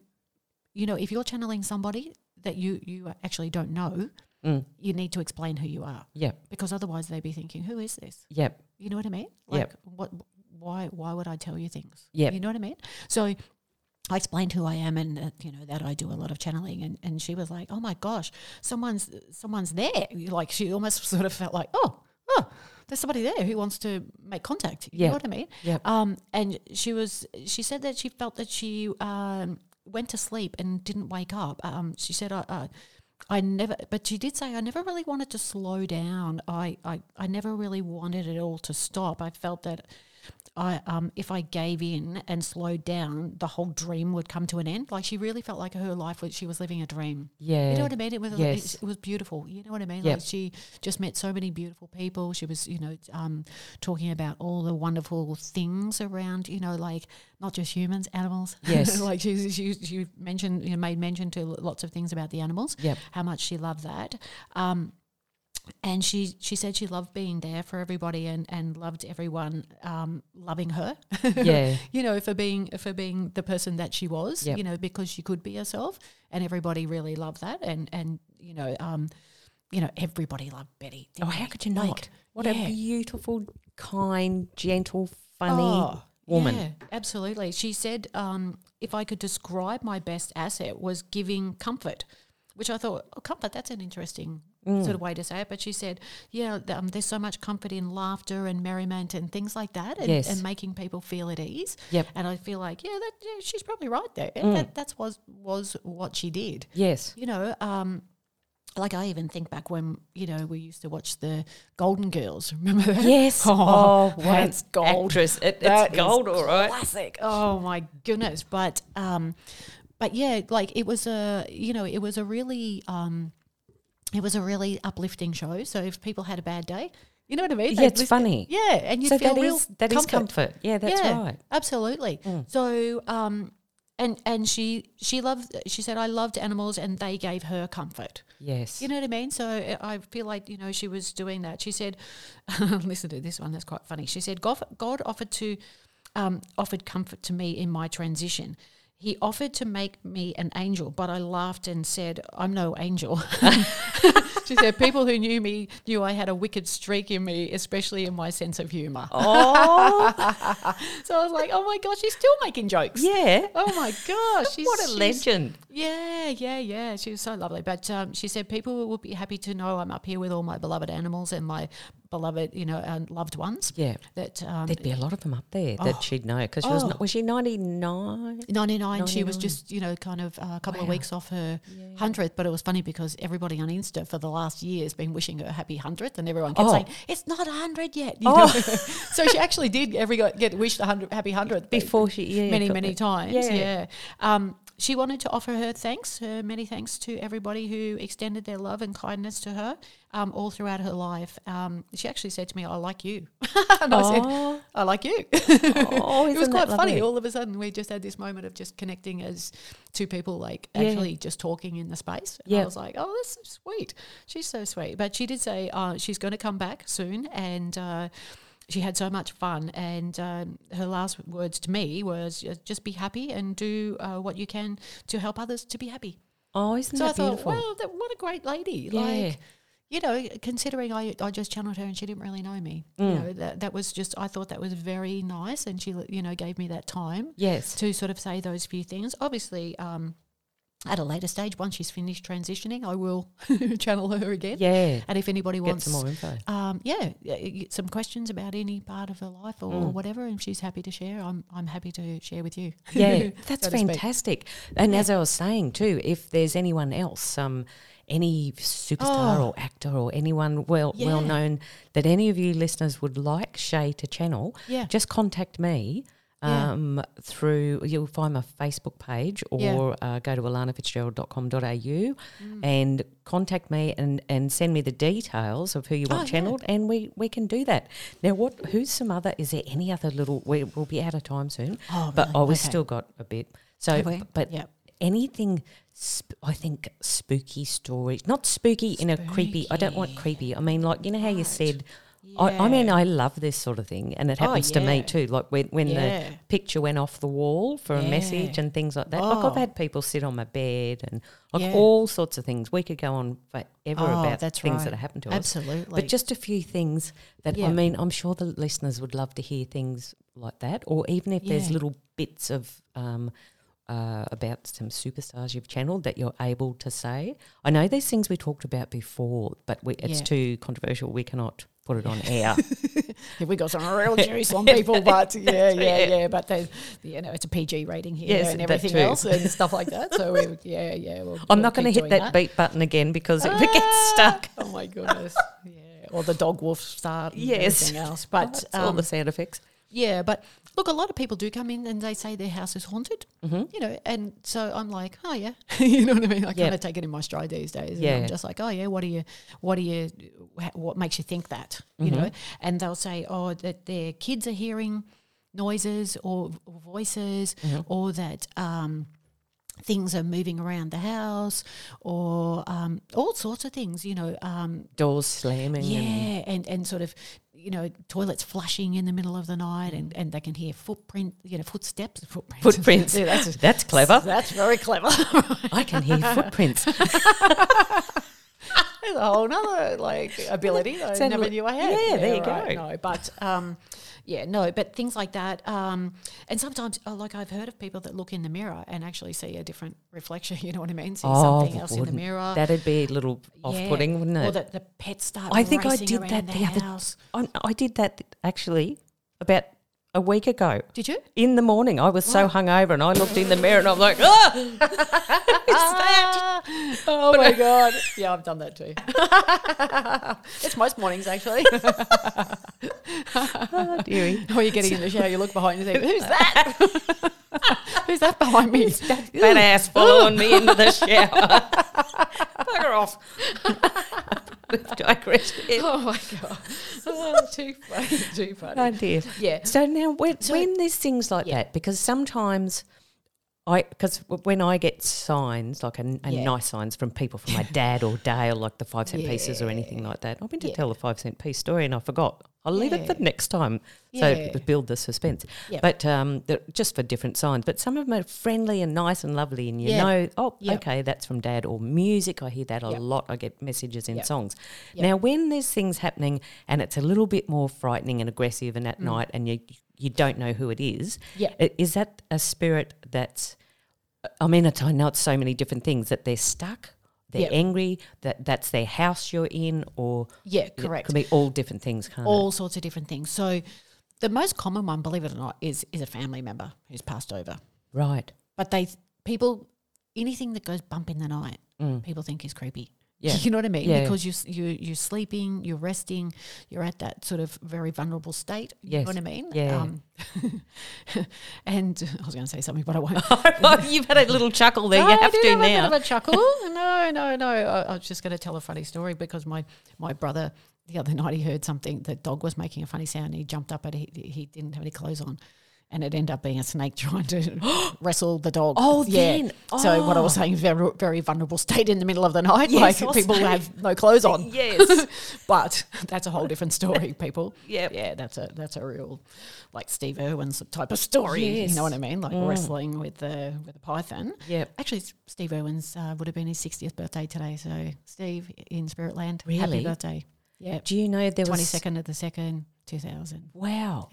Speaker 2: you know, if you're channeling somebody that you you actually don't know,
Speaker 1: Mm.
Speaker 2: you need to explain who you are
Speaker 1: Yep.
Speaker 2: because otherwise they'd be thinking, who is this?
Speaker 1: Yep.
Speaker 2: You know what I mean? Like,
Speaker 1: Yep.
Speaker 2: what? Why? Why would I tell you things?
Speaker 1: Yep.
Speaker 2: You know what I mean? So. I explained who I am and uh, you know that I do a lot of channeling and, and she was like oh my gosh someone's someone's there like she almost sort of felt like oh oh there's somebody there who wants to make contact you
Speaker 1: Yep.
Speaker 2: know what I mean
Speaker 1: Yep.
Speaker 2: um and she was she said that she felt that she um went to sleep and didn't wake up um she said I uh, I never, but she did say I never really wanted to slow down. I, I, I never really wanted it all to stop. I felt that I, um, if I gave in and slowed down, the whole dream would come to an end. Like she really felt like her life was she was living a dream.
Speaker 1: Yeah.
Speaker 2: You know what I mean? It was
Speaker 1: Yes.
Speaker 2: it, was beautiful. You know what I mean?
Speaker 1: Yep.
Speaker 2: Like she just met so many beautiful people. She was, you know, um, talking about all the wonderful things around, you know, like not just humans, animals.
Speaker 1: Yes.
Speaker 2: like she, she she mentioned, you know, made mention to lots of things about the animals,
Speaker 1: Yep.
Speaker 2: how much she loved that. Um, and she she said she loved being there for everybody and and loved everyone um, loving her.
Speaker 1: Yeah.
Speaker 2: you know, for being for being the person that she was,
Speaker 1: Yep.
Speaker 2: you know, because she could be herself, and everybody really loved that, and and you know, um, you know, everybody loved Betty.
Speaker 1: Oh,
Speaker 2: didn't
Speaker 1: how
Speaker 2: they?
Speaker 1: could you
Speaker 2: Like,
Speaker 1: not? what
Speaker 2: yeah.
Speaker 1: a beautiful, kind, gentle, funny
Speaker 2: Oh,
Speaker 1: woman.
Speaker 2: Yeah, absolutely. She said, um, if I could describe my best asset was giving comfort, which I thought, oh, comfort, that's an interesting
Speaker 1: Mm.
Speaker 2: sort of way to say it. But she said, yeah, th- um, there's so much comfort in laughter and merriment and things like that and,
Speaker 1: Yes.
Speaker 2: and making people feel at ease.
Speaker 1: Yep. Mm.
Speaker 2: And I feel like, yeah, that, yeah she's probably right there. That that's was, was what she did
Speaker 1: Yes.
Speaker 2: you know, um, like I even think back when you know we used to watch the Golden Girls. Remember that?
Speaker 1: Yes.
Speaker 2: Oh,
Speaker 1: what an
Speaker 2: that's gold.
Speaker 1: Actress. It, it's
Speaker 2: That is
Speaker 1: gold, all right.
Speaker 2: Classic. Oh my goodness. But um, but yeah, like it was a you know it was a really um, it was a really uplifting show. So if people had a bad day, you know what I mean?
Speaker 1: Yeah,
Speaker 2: They'd
Speaker 1: it's
Speaker 2: listen-
Speaker 1: funny.
Speaker 2: Yeah, and you
Speaker 1: so
Speaker 2: feel
Speaker 1: that
Speaker 2: real
Speaker 1: is that is comfort. Yeah, that's
Speaker 2: yeah,
Speaker 1: right. Mm.
Speaker 2: Absolutely. So, um, and and she she loved she said I loved animals and they gave her comfort.
Speaker 1: Yes.
Speaker 2: You know what I mean? So I- I feel like you know she was doing that. She said, "Listen to this one. That's quite funny." She said, "God, God offered to um, offered comfort to me in my transition." He offered to make me an angel, but I laughed and said, I'm no angel. she said, People who knew me knew I had a wicked streak in me, especially in my sense of humor.
Speaker 1: oh,
Speaker 2: So I was like, oh my gosh, she's still making jokes.
Speaker 1: yeah.
Speaker 2: Oh my gosh, she's
Speaker 1: what a
Speaker 2: she's-
Speaker 1: legend.
Speaker 2: Yeah, yeah, yeah. She was so lovely. But um, she said people would be happy to know I'm up here with all my beloved animals and my beloved, you know, and loved ones.
Speaker 1: Yeah.
Speaker 2: That um,
Speaker 1: There'd be a lot of them up there that she'd know because she was
Speaker 2: Oh.
Speaker 1: not, was she ninety nine?
Speaker 2: 99, she was
Speaker 1: 99.
Speaker 2: just, you know, kind of uh, a couple of
Speaker 1: Wow.
Speaker 2: weeks off her 100th. But it was funny because everybody on Insta for the last year has been wishing her happy 100th. And everyone kept
Speaker 1: Oh.
Speaker 2: saying, it's not 100 yet. You
Speaker 1: Oh.
Speaker 2: know? so she actually did every got, get wished a 100, happy 100th.
Speaker 1: Before she yeah,
Speaker 2: many
Speaker 1: got
Speaker 2: many
Speaker 1: that.
Speaker 2: times.
Speaker 1: Yeah.
Speaker 2: Yeah. Um, she wanted to offer her thanks, her many thanks to everybody who extended their love and kindness to her um, all throughout her life. Um, she actually said to me, "I like you," and I said,
Speaker 1: Oh,
Speaker 2: "I like you."
Speaker 1: oh,
Speaker 2: it was
Speaker 1: isn't that
Speaker 2: quite funny.
Speaker 1: lovely?
Speaker 2: All of a sudden, we just had this moment of just connecting as two people, like
Speaker 1: Yeah.
Speaker 2: actually just talking in the space. And
Speaker 1: Yeah.
Speaker 2: I was like, "Oh, this is sweet." She's so sweet. But she did say uh, she's going to come back soon, and uh, she had so much fun. And um, her last words to me was, uh, "Just be happy and do uh, what you can to help others to be happy."
Speaker 1: Oh, isn't
Speaker 2: So I
Speaker 1: that
Speaker 2: thought,
Speaker 1: beautiful?
Speaker 2: "Wow, that, what a great lady!"
Speaker 1: Yeah.
Speaker 2: Like. You know, considering I, I just channeled her and she didn't really know me. You
Speaker 1: Mm.
Speaker 2: know, that, that was just, I thought that was very nice. And she, you know, gave me that time
Speaker 1: yes.
Speaker 2: to sort of say those few things. Obviously, um, at a later stage, once she's finished transitioning, I will channel her again.
Speaker 1: Yeah.
Speaker 2: And if anybody
Speaker 1: Get
Speaker 2: wants,
Speaker 1: some more info.
Speaker 2: um, yeah, y- y- some questions about any part of her life or,
Speaker 1: Mm.
Speaker 2: or whatever, and she's happy to share, I'm I'm happy to share with you.
Speaker 1: Yeah, that's
Speaker 2: so to speak.
Speaker 1: fantastic. And as I was saying too, if there's anyone else, um, any superstar
Speaker 2: Oh.
Speaker 1: or actor or anyone well well
Speaker 2: Yeah.
Speaker 1: known that any of you listeners would like Shay to channel,
Speaker 2: Yeah.
Speaker 1: just contact me.
Speaker 2: Yeah.
Speaker 1: Um, through you'll find my Facebook page or
Speaker 2: Yeah. Mm.
Speaker 1: uh, go to alanafitzgerald.com.au and contact me and, and send me the details of who you
Speaker 2: Oh,
Speaker 1: want
Speaker 2: yeah.
Speaker 1: channeled and we, we can do that. Now what who's some other is there any other little we, we'll be out of time soon
Speaker 2: Oh,
Speaker 1: but
Speaker 2: man,
Speaker 1: oh, we've
Speaker 2: okay.
Speaker 1: still got a bit. So,
Speaker 2: Have we?
Speaker 1: but
Speaker 2: yeah,
Speaker 1: anything, sp- I think, spooky stories. Not spooky, in a creepy, I don't want creepy. I mean, like, you know how you said, I, I mean, I love this sort of thing. And it
Speaker 2: Oh,
Speaker 1: happens to me
Speaker 2: yeah.
Speaker 1: too. Like when, when
Speaker 2: Yeah.
Speaker 1: the picture went off the wall for a
Speaker 2: Yeah.
Speaker 1: message and things like that. Like I've
Speaker 2: Oh.
Speaker 1: had people sit on my bed and like
Speaker 2: Yeah. Oh,
Speaker 1: all sorts of things. We could go on forever about
Speaker 2: that's
Speaker 1: things
Speaker 2: right.
Speaker 1: that have happened to us.
Speaker 2: Absolutely.
Speaker 1: But just a few things that
Speaker 2: Yeah.
Speaker 1: I mean, I'm sure the listeners would love to hear things like that, or even if there's
Speaker 2: Yeah.
Speaker 1: little bits of um, uh, about some superstars you've channeled that you're able to say. I know there's things we talked about before, but we, it's
Speaker 2: Yeah.
Speaker 1: too controversial. We cannot put it on air.
Speaker 2: Yeah, we got some real juice on people, but yeah, yeah,
Speaker 1: right.
Speaker 2: yeah. But they, you know, it's a PG rating here
Speaker 1: Yes,
Speaker 2: and
Speaker 1: that
Speaker 2: everything
Speaker 1: too.
Speaker 2: else and stuff like that. So we, yeah, yeah. We'll,
Speaker 1: I'm
Speaker 2: we'll
Speaker 1: not going to
Speaker 2: keep
Speaker 1: hit
Speaker 2: doing
Speaker 1: that, beat button again because if it gets stuck,
Speaker 2: Ah, Oh my goodness. yeah. Or the dog wolf start. And
Speaker 1: Yes.
Speaker 2: Everything else, but
Speaker 1: that's all
Speaker 2: um,
Speaker 1: the sound effects.
Speaker 2: yeah, but look, a lot of people do come in and they say their house is haunted.
Speaker 1: mm-hmm.
Speaker 2: You know, and so I'm like, oh yeah, you know what I mean. I kind of take it in my stride these days. Yeah. And
Speaker 1: Yeah.
Speaker 2: I'm just like, oh yeah, what do you, what do you, wha- what makes you think that? You know, and they'll say, oh, that their kids are hearing noises or v- voices, or that. Um, Things are moving around the house, or um, all sorts of things. You know, um,
Speaker 1: Doors slamming. And
Speaker 2: yeah, and and sort of you know toilets flushing in the middle of the night, and, and they can hear footprint, you know footsteps, footprints,
Speaker 1: Footprints.
Speaker 2: Yeah, that's
Speaker 1: That's clever.
Speaker 2: That's very clever.
Speaker 1: I can hear footprints.
Speaker 2: There's a whole other like ability that I
Speaker 1: Sounded
Speaker 2: never
Speaker 1: like-
Speaker 2: knew I had.
Speaker 1: Yeah, there you go.
Speaker 2: No, but um, yeah, no, but things like that. Um, and sometimes, uh, like I've heard of people that look in the mirror and actually see a different reflection. You know what I mean? See
Speaker 1: Oh,
Speaker 2: something else in the
Speaker 1: wouldn't-
Speaker 2: mirror.
Speaker 1: That'd be a little
Speaker 2: Yeah.
Speaker 1: off-putting, wouldn't it?
Speaker 2: Or that the pets start.
Speaker 1: I think I
Speaker 2: racing
Speaker 1: did
Speaker 2: around
Speaker 1: that the other-
Speaker 2: house.
Speaker 1: I, I did that th- actually about a week ago.
Speaker 2: Did you?
Speaker 1: In the morning, I was so hungover, and I looked in the mirror, and I'm like, "Ah,
Speaker 2: Oh my god! Yeah, I've done that too. it's most mornings actually.
Speaker 1: dearie,
Speaker 2: Or you're getting in the shower, you look behind you, think, "Who's that? Who's that behind me?"
Speaker 1: fat ass following me into the shower." Bugger off. We've digressed. here.
Speaker 2: Oh my god! Oh, too funny, too
Speaker 1: Oh
Speaker 2: funny.
Speaker 1: dear.
Speaker 2: Yeah.
Speaker 1: So now, when,
Speaker 2: So-
Speaker 1: when there's things like that, because sometimes I, because when I get signs, like a, a
Speaker 2: Yeah.
Speaker 1: nice signs from people from my dad or Dale, like the five cent pieces or anything like that, I meant to
Speaker 2: Yeah.
Speaker 1: tell the five cent piece story and I forgot. I'll leave it for
Speaker 2: Yeah.
Speaker 1: next time. So
Speaker 2: Yeah.
Speaker 1: to build the suspense.
Speaker 2: Yep.
Speaker 1: But um, they're just for different signs. But some of them are friendly and nice and lovely, and you
Speaker 2: Yeah.
Speaker 1: know, oh,
Speaker 2: Yep.
Speaker 1: okay, that's from dad or music. I hear that a
Speaker 2: Yep.
Speaker 1: lot. I get messages in
Speaker 2: Yep.
Speaker 1: songs.
Speaker 2: Yep.
Speaker 1: Now, when there's things happening and it's a little bit more frightening and aggressive, and at night, and you you don't know who it is,
Speaker 2: Mm. Yeah.
Speaker 1: i- is that a spirit that's? I mean, it's, I know it's so many different things that they're stuck, they're
Speaker 2: Yep.
Speaker 1: angry, that that's their house you're in, or
Speaker 2: Yeah,
Speaker 1: it
Speaker 2: correct.
Speaker 1: could be all different things, can't it?
Speaker 2: all sorts of different things. So, the most common one, believe it or not, is is a family member who's passed over.
Speaker 1: Right.
Speaker 2: but they people anything that goes bump in the night people think is creepy
Speaker 1: Yeah.
Speaker 2: you know what i mean
Speaker 1: Yeah, yeah.
Speaker 2: because you s- you you're sleeping you're resting you're at that sort of very vulnerable state you
Speaker 1: Yes.
Speaker 2: know what i mean
Speaker 1: Yeah.
Speaker 2: um, and i was going to say something but i won't
Speaker 1: You've had a little chuckle there. you
Speaker 2: I
Speaker 1: have
Speaker 2: did
Speaker 1: to
Speaker 2: have
Speaker 1: now.
Speaker 2: A bit of a chuckle. no, no, no. I, I was just going to tell a funny story because my my brother the other night he heard something. The dog was making a funny sound. and He jumped up, but he he didn't have any clothes on. And it ended up being a snake trying to wrestle the dog.
Speaker 1: Oh, then.
Speaker 2: So what I
Speaker 1: Oh.
Speaker 2: was saying, very, very vulnerable state in the middle of the night.
Speaker 1: Yes, I
Speaker 2: like
Speaker 1: was
Speaker 2: people
Speaker 1: saying.
Speaker 2: have no clothes on.
Speaker 1: Yes.
Speaker 2: but that's a whole different story, people.
Speaker 1: Yep.
Speaker 2: Yeah, that's a that's a real like Steve Irwin's type of story. You
Speaker 1: Yes. Mm.
Speaker 2: know what I mean? Like wrestling with the with the python.
Speaker 1: Yep.
Speaker 2: Actually, it's- Steve Irwin's uh, would have been his 60th birthday today. So, Steve in Spiritland,
Speaker 1: Really?
Speaker 2: happy birthday. Yeah.
Speaker 1: Do you know there was
Speaker 2: 22nd of the 2nd, 2022
Speaker 1: Wow.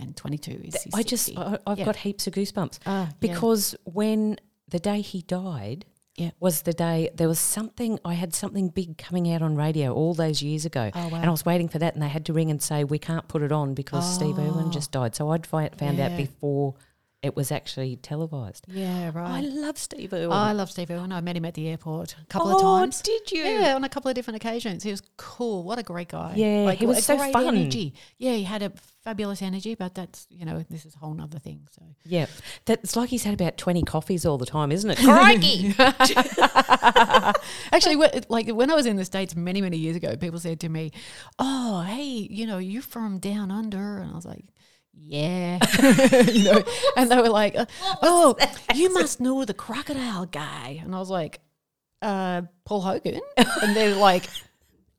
Speaker 2: is his
Speaker 1: I just
Speaker 2: 60.
Speaker 1: I, I've
Speaker 2: Yeah.
Speaker 1: got heaps of goosebumps
Speaker 2: Ah, yeah.
Speaker 1: because when the day he died
Speaker 2: Yeah.
Speaker 1: was the day there was something I had something big coming out on radio all those years ago,
Speaker 2: Oh, wow.
Speaker 1: and I was waiting for that, and they had to ring and say we can't put it on because Steve Irwin just died. So I'd fi- found out
Speaker 2: Oh. Yeah.
Speaker 1: before it was actually televised.
Speaker 2: Yeah,
Speaker 1: I
Speaker 2: right.
Speaker 1: love Steve Irwin.
Speaker 2: I, love Steve Irwin. I met him at the airport a couple of
Speaker 1: Oh,
Speaker 2: times.
Speaker 1: did you?
Speaker 2: Yeah, on a couple of different occasions. He was cool. What a great guy.
Speaker 1: Yeah, he was
Speaker 2: a
Speaker 1: so
Speaker 2: great
Speaker 1: fun.
Speaker 2: Energy. Yeah, he had a fabulous energy, but that's, you know, this is a whole nother thing. So,
Speaker 1: Yeah, that's like he's had about twenty coffees all the time, isn't it? Crikey!
Speaker 2: Actually, wh- like when I was in the States many, many years ago, people said to me, Oh, hey, you know, you're from down under. And I was like, yeah, you know, and they were like, uh, oh, you must know the crocodile guy, and I was like, uh, Paul Hogan, and they're like,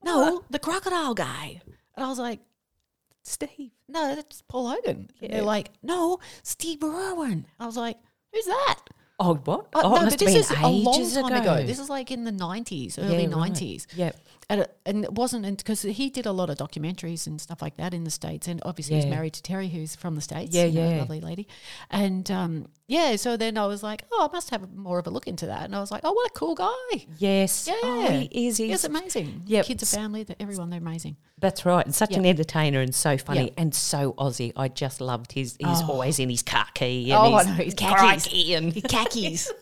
Speaker 2: no, the crocodile guy, and I was like,
Speaker 1: Steve.
Speaker 2: no, that's Paul Hogan. And
Speaker 1: Yeah.
Speaker 2: they're like, no, Steve Irwin. I was like, who's that?
Speaker 1: Oh, what?
Speaker 2: Uh,
Speaker 1: oh, it
Speaker 2: no,
Speaker 1: must
Speaker 2: but this
Speaker 1: have
Speaker 2: is
Speaker 1: been
Speaker 2: a long
Speaker 1: ages
Speaker 2: time ago. This is like in the nineties,
Speaker 1: Yeah,
Speaker 2: early
Speaker 1: right.
Speaker 2: nineties,
Speaker 1: Yep.
Speaker 2: and, it- and it wasn't because he did a lot of documentaries and stuff like that in the states. And obviously,
Speaker 1: Yeah.
Speaker 2: he's married to Terry, who's from the states.
Speaker 1: Yeah,
Speaker 2: you know,
Speaker 1: yeah.
Speaker 2: lovely lady. And um, yeah, so then I was like, oh, I must have more of a look into that. And I was like, oh, what a cool guy.
Speaker 1: Yes.
Speaker 2: Yeah,
Speaker 1: Oh, he is.
Speaker 2: He's
Speaker 1: He's,
Speaker 2: amazing.
Speaker 1: Yep.
Speaker 2: kids, a family, that everyone, they're amazing.
Speaker 1: that's right. And such
Speaker 2: Yeah.
Speaker 1: an entertainer and so funny
Speaker 2: Yeah.
Speaker 1: and so Aussie. I just loved his. He's
Speaker 2: Oh.
Speaker 1: always in his khaki and
Speaker 2: Oh, I
Speaker 1: his
Speaker 2: know, his khakis.
Speaker 1: khaki and
Speaker 2: Khakis,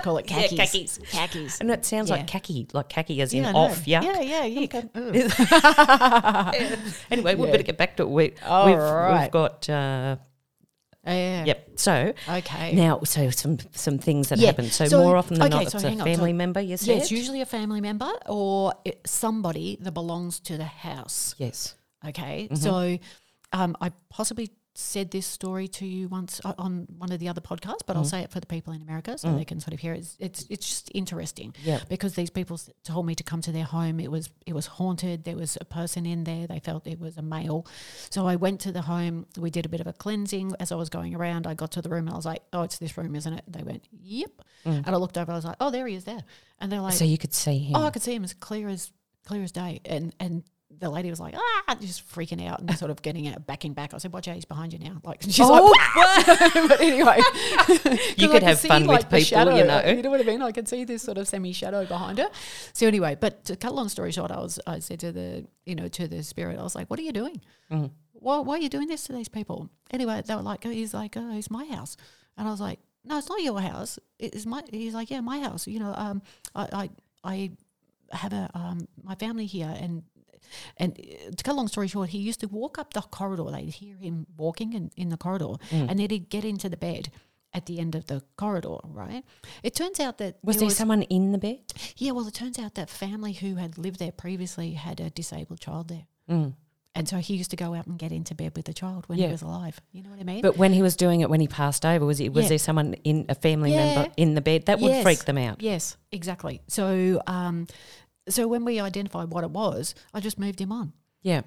Speaker 2: call it
Speaker 1: Yeah,
Speaker 2: khakis.
Speaker 1: khakis.
Speaker 2: Khakis.
Speaker 1: And it sounds
Speaker 2: Yeah.
Speaker 1: like khaki, like khaki as in
Speaker 2: Yeah, I know.
Speaker 1: off. Yeah.
Speaker 2: Yeah, yeah, yeah.
Speaker 1: Anyway, we
Speaker 2: Yeah.
Speaker 1: better get back to it. We,
Speaker 2: All
Speaker 1: we've, we've
Speaker 2: right.
Speaker 1: got. Uh,
Speaker 2: yeah.
Speaker 1: Yep. So
Speaker 2: Okay.
Speaker 1: now, so some some things that
Speaker 2: Yeah,
Speaker 1: happen. So,
Speaker 2: so-
Speaker 1: more often than
Speaker 2: okay,
Speaker 1: not,
Speaker 2: so
Speaker 1: it's a
Speaker 2: hang on, so-
Speaker 1: family member. You
Speaker 2: yeah,
Speaker 1: said
Speaker 2: it's usually a family member or it, somebody that belongs to the house.
Speaker 1: yes.
Speaker 2: Okay.
Speaker 1: Mm-hmm.
Speaker 2: So um, I possibly said this story to you once o- on one of the other podcasts, but I'll
Speaker 1: Mm-hmm.
Speaker 2: say it for the people in America so they can sort of hear it. It's, it's, it's just interesting
Speaker 1: Yeah.
Speaker 2: because these people s- told me to come to their home. It was it was haunted. There was a person in there. They felt it was a male, so I went to the home. We did a bit of a cleansing. As I was going around, I got to the room and I was like, "Oh, it's this room, isn't it?" They went, "Yep," and I looked over. I was like, "Oh, there he is there," and they're like,
Speaker 1: Mm. So you could see him.
Speaker 2: "Oh, I could see him as clear as clear as day," and and. The lady was like, ah, just freaking out and sort of getting out, backing back. I said, watch out, he's behind you now. Like, she's like, but anyway, 'Cause I
Speaker 1: Oh. could have
Speaker 2: see,
Speaker 1: fun with
Speaker 2: the
Speaker 1: people, you
Speaker 2: shadow,
Speaker 1: know.
Speaker 2: You know what I mean? I could see this sort of semi shadow behind her. So anyway, but to cut a long story short, I was I said to the you know to the spirit, I was like, "What are you doing?
Speaker 1: Mm-hmm.
Speaker 2: Why, why are you doing this to these people?" Anyway, they were like, oh, "He's like, oh, it's my house," and I was like, "No, it's not your house. It's my." He's like, "Yeah, my house. You know, um, I I, I have a um my family here and." And uh, to cut a long story short, he used to walk up the corridor. They'd hear him walking in, in the corridor,
Speaker 1: Mm.
Speaker 2: and then he'd get into the bed at the end of the corridor, right? It turns out that
Speaker 1: was there someone in the bed?
Speaker 2: yeah, well, oh, it turns out that family who had lived there previously had a disabled child there.
Speaker 1: Mm.
Speaker 2: And so he used to go out and get into bed with the child when
Speaker 1: Yeah.
Speaker 2: he was alive. You know what I mean?
Speaker 1: But when he was doing it, when he passed over, was it was
Speaker 2: Yeah.
Speaker 1: there someone in a family member
Speaker 2: Yeah.
Speaker 1: in the bed that would
Speaker 2: Yes.
Speaker 1: freak them out?
Speaker 2: yes, exactly. So, um, so when we identified what it was, I just moved him on.
Speaker 1: Yeah.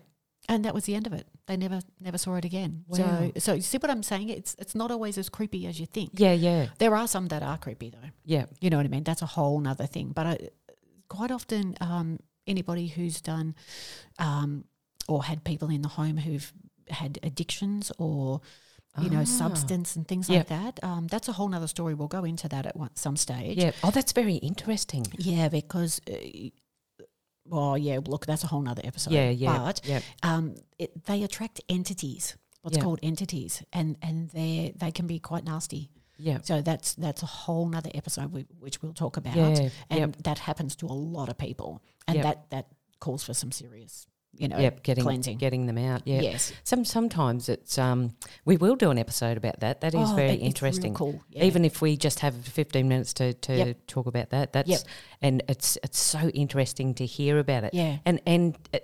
Speaker 2: and that was the end of it. They never never saw it again.
Speaker 1: Wow.
Speaker 2: So so you see what I'm saying? It's it's not always as creepy as you think.
Speaker 1: Yeah. Yeah.
Speaker 2: There are some that are creepy though.
Speaker 1: Yeah.
Speaker 2: You know what I mean? That's a whole nother thing. But I, quite often, um, anybody who's done um, or had people in the home who've had addictions or you
Speaker 1: Ah.
Speaker 2: know substance and things like that. Um, that's a whole nother story. We'll go into that at one, some stage.
Speaker 1: Yeah. Oh, that's very interesting.
Speaker 2: Yeah, because. Uh, well, yeah. Look, that's a whole nother episode.
Speaker 1: yeah. Yeah.
Speaker 2: But
Speaker 1: yeah.
Speaker 2: um, it, they attract entities. What's
Speaker 1: Yeah.
Speaker 2: called entities, and and they they can be quite nasty.
Speaker 1: Yeah.
Speaker 2: So that's that's a whole nother episode we, which we'll talk about,
Speaker 1: Yeah,
Speaker 2: and
Speaker 1: yep.
Speaker 2: that happens to a lot of people, and
Speaker 1: Yep.
Speaker 2: that that calls for some serious, you know,
Speaker 1: Yep. Getting
Speaker 2: cleansing.
Speaker 1: getting them out. Yeah.
Speaker 2: Yes,
Speaker 1: Some sometimes it's um we will do an episode about that. That is
Speaker 2: Oh,
Speaker 1: very
Speaker 2: it- it's real
Speaker 1: interesting.
Speaker 2: cool. Yeah.
Speaker 1: Even if we just have 15 minutes to, to
Speaker 2: Yep.
Speaker 1: talk about that, that's and it's it's so interesting to hear about it.
Speaker 2: Yeah.
Speaker 1: And and uh,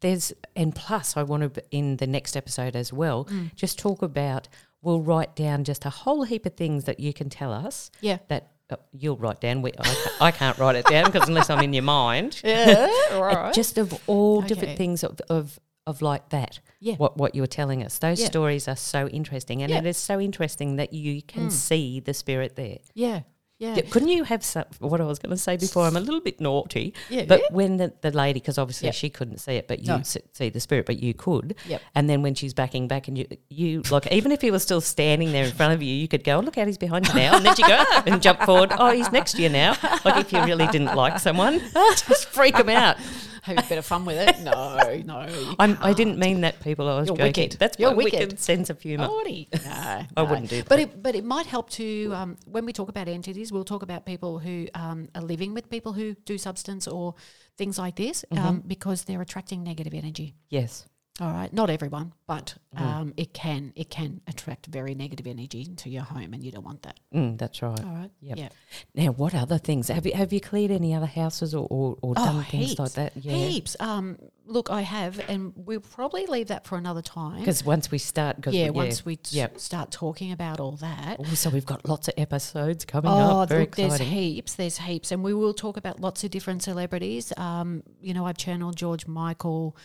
Speaker 1: there's and plus I want to in the next episode as well just talk about we'll write down just a whole heap of things that you can tell us
Speaker 2: yeah,
Speaker 1: that uh, you'll write down. We I, ca- I can't write it down because unless I'm in your mind,
Speaker 2: yeah,
Speaker 1: Uh, just of all
Speaker 2: Okay.
Speaker 1: different things of, of of like that
Speaker 2: yeah,
Speaker 1: what what you were telling us. Those
Speaker 2: Yeah.
Speaker 1: stories are so interesting, and
Speaker 2: Yeah.
Speaker 1: it is so interesting that you can see the spirit there.
Speaker 2: yeah, yeah,
Speaker 1: Yeah, Couldn't you have some, what I was going to say before? I'm a little bit naughty,
Speaker 2: Yeah.
Speaker 1: but when the, the lady, because obviously
Speaker 2: Yeah.
Speaker 1: she couldn't see it, but you
Speaker 2: No.
Speaker 1: s- see the spirit, but you could.
Speaker 2: Yep.
Speaker 1: And then when she's backing back, and you, you like, even if he was still standing there in front of you, you could go, oh, look out, he's behind you now. And then you go "Ah," and jump forward, oh, he's next to you now. Like if you really didn't like someone, just freak him out.
Speaker 2: Have a bit of fun with it. No, no, you
Speaker 1: I'm, I didn't mean that, people. I was
Speaker 2: Oh, You're
Speaker 1: joking.
Speaker 2: wicked.
Speaker 1: That's
Speaker 2: You're
Speaker 1: my
Speaker 2: wicked. Oh.
Speaker 1: wicked sense of humour.
Speaker 2: naughty. No, I
Speaker 1: wouldn't do
Speaker 2: But it, but it might help to um, when we talk about entities, we'll talk about people who um, are living with people
Speaker 1: Mm-hmm.
Speaker 2: who do substance or things like this um, because they're attracting negative energy.
Speaker 1: Yes.
Speaker 2: All right, not everyone, but
Speaker 1: Mm.
Speaker 2: um, it can it can attract very negative energy into your home, and you don't want that.
Speaker 1: Mm, that's right.
Speaker 2: All right,
Speaker 1: Yep.
Speaker 2: yeah.
Speaker 1: Now, what other things have you have you cleared any other houses or or, or done things like that?
Speaker 2: Oh, Heaps. Um, look, I have, and we'll probably leave that for another time.
Speaker 1: because once we start, cause
Speaker 2: yeah, once we t-
Speaker 1: Yep.
Speaker 2: start talking about all that.
Speaker 1: Also, Oh, we've got lots of episodes coming
Speaker 2: Oh,
Speaker 1: up. Very
Speaker 2: look, there's
Speaker 1: exciting.
Speaker 2: heaps, there's heaps, and we will talk about lots of different celebrities. Um, you know, I've channeled George Michael,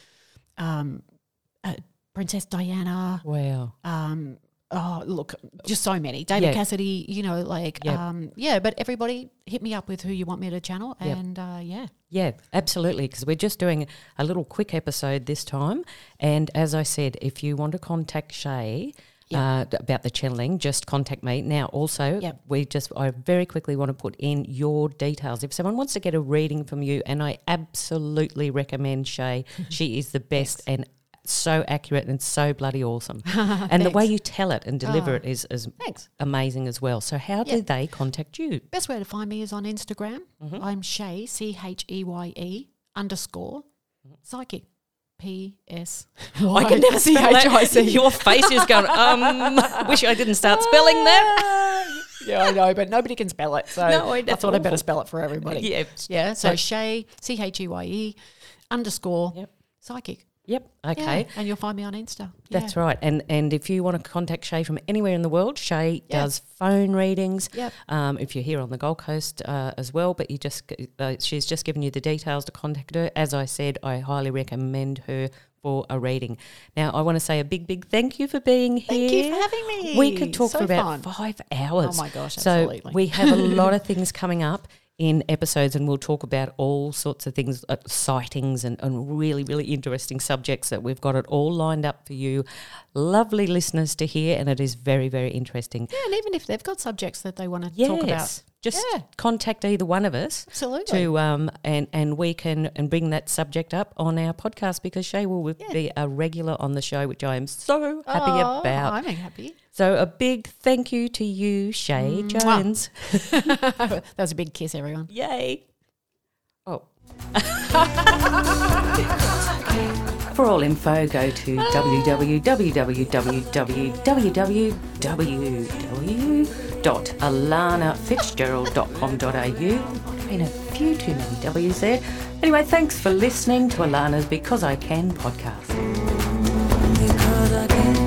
Speaker 2: um, uh, Princess Diana.
Speaker 1: wow.
Speaker 2: Um, oh, look, just so many. David
Speaker 1: Yeah.
Speaker 2: Cassidy. You know, like,
Speaker 1: Yep.
Speaker 2: um, yeah. But everybody, hit me up with who you want me to channel,
Speaker 1: Yep.
Speaker 2: and uh, yeah,
Speaker 1: Yeah, absolutely. Because we're just doing a little quick episode this time. And as I said, if you want to contact Shay uh, d- about the channeling, just contact me. Now, also,
Speaker 2: Yep.
Speaker 1: we just, I very quickly want to put in your details. If someone wants to get a reading from you, and I absolutely recommend Shay, she is the best and so accurate and so bloody awesome. and the way you tell it and deliver
Speaker 2: Ah.
Speaker 1: it is, is
Speaker 2: thanks.
Speaker 1: amazing as well. So, how do
Speaker 2: Yep.
Speaker 1: they contact you?
Speaker 2: Best way to find me is on Instagram.
Speaker 1: Mm-hmm.
Speaker 2: I'm Shay C H E Y E underscore psychic. P S. I can never see
Speaker 1: spell
Speaker 2: H
Speaker 1: that.
Speaker 2: I C. E.
Speaker 1: Your face is going, um, wish I didn't start spelling that.
Speaker 2: yeah, I know, but nobody can spell it. So
Speaker 1: No, I-
Speaker 2: I
Speaker 1: that's
Speaker 2: thought I'd better
Speaker 1: awful.
Speaker 2: spell it for everybody.
Speaker 1: Yeah.
Speaker 2: Yeah, so
Speaker 1: That-
Speaker 2: Shay C H E Y E underscore
Speaker 1: Yep.
Speaker 2: psychic.
Speaker 1: Yep.
Speaker 2: Yeah,
Speaker 1: Okay.
Speaker 2: and you'll find me on Insta.
Speaker 1: That's right. And and if you want to contact Shay from anywhere in the world, Shay
Speaker 2: Yeah.
Speaker 1: does phone readings.
Speaker 2: Yep.
Speaker 1: Um, if you're here on the Gold Coast uh, as well, but you just g- uh, she's just given you the details to contact her. As I said, I highly recommend her for a reading. Now, I want to say a big, big thank you for being here.
Speaker 2: Thank you for having me.
Speaker 1: We could talk
Speaker 2: So
Speaker 1: for about
Speaker 2: fun.
Speaker 1: five hours.
Speaker 2: Oh my gosh,
Speaker 1: So
Speaker 2: absolutely.
Speaker 1: we have a lot of things coming up in episodes, and we'll talk about all sorts of things, uh, sightings, and, and really, really interesting subjects that we've got it all lined up for you, lovely listeners to hear, and it is very, very interesting.
Speaker 2: Yeah, and even if they've got subjects that they want to
Speaker 1: Yes,
Speaker 2: talk about,
Speaker 1: just
Speaker 2: Yeah.
Speaker 1: contact either one of us.
Speaker 2: absolutely.
Speaker 1: To um and and we can and bring that subject up on our podcast because Shay will be a regular on the show, which I am so happy
Speaker 2: Oh,
Speaker 1: about.
Speaker 2: I'm happy.
Speaker 1: So a big thank you to you,
Speaker 2: Mm.
Speaker 1: Shay Jones.
Speaker 2: that was a big kiss, everyone.
Speaker 1: Yay. Oh. For all info, go to www.alanafitzgerald.com.au. Might have been a few too many W's there. Anyway, thanks for listening to Alana's Because I Can podcast.
Speaker 3: Because I can.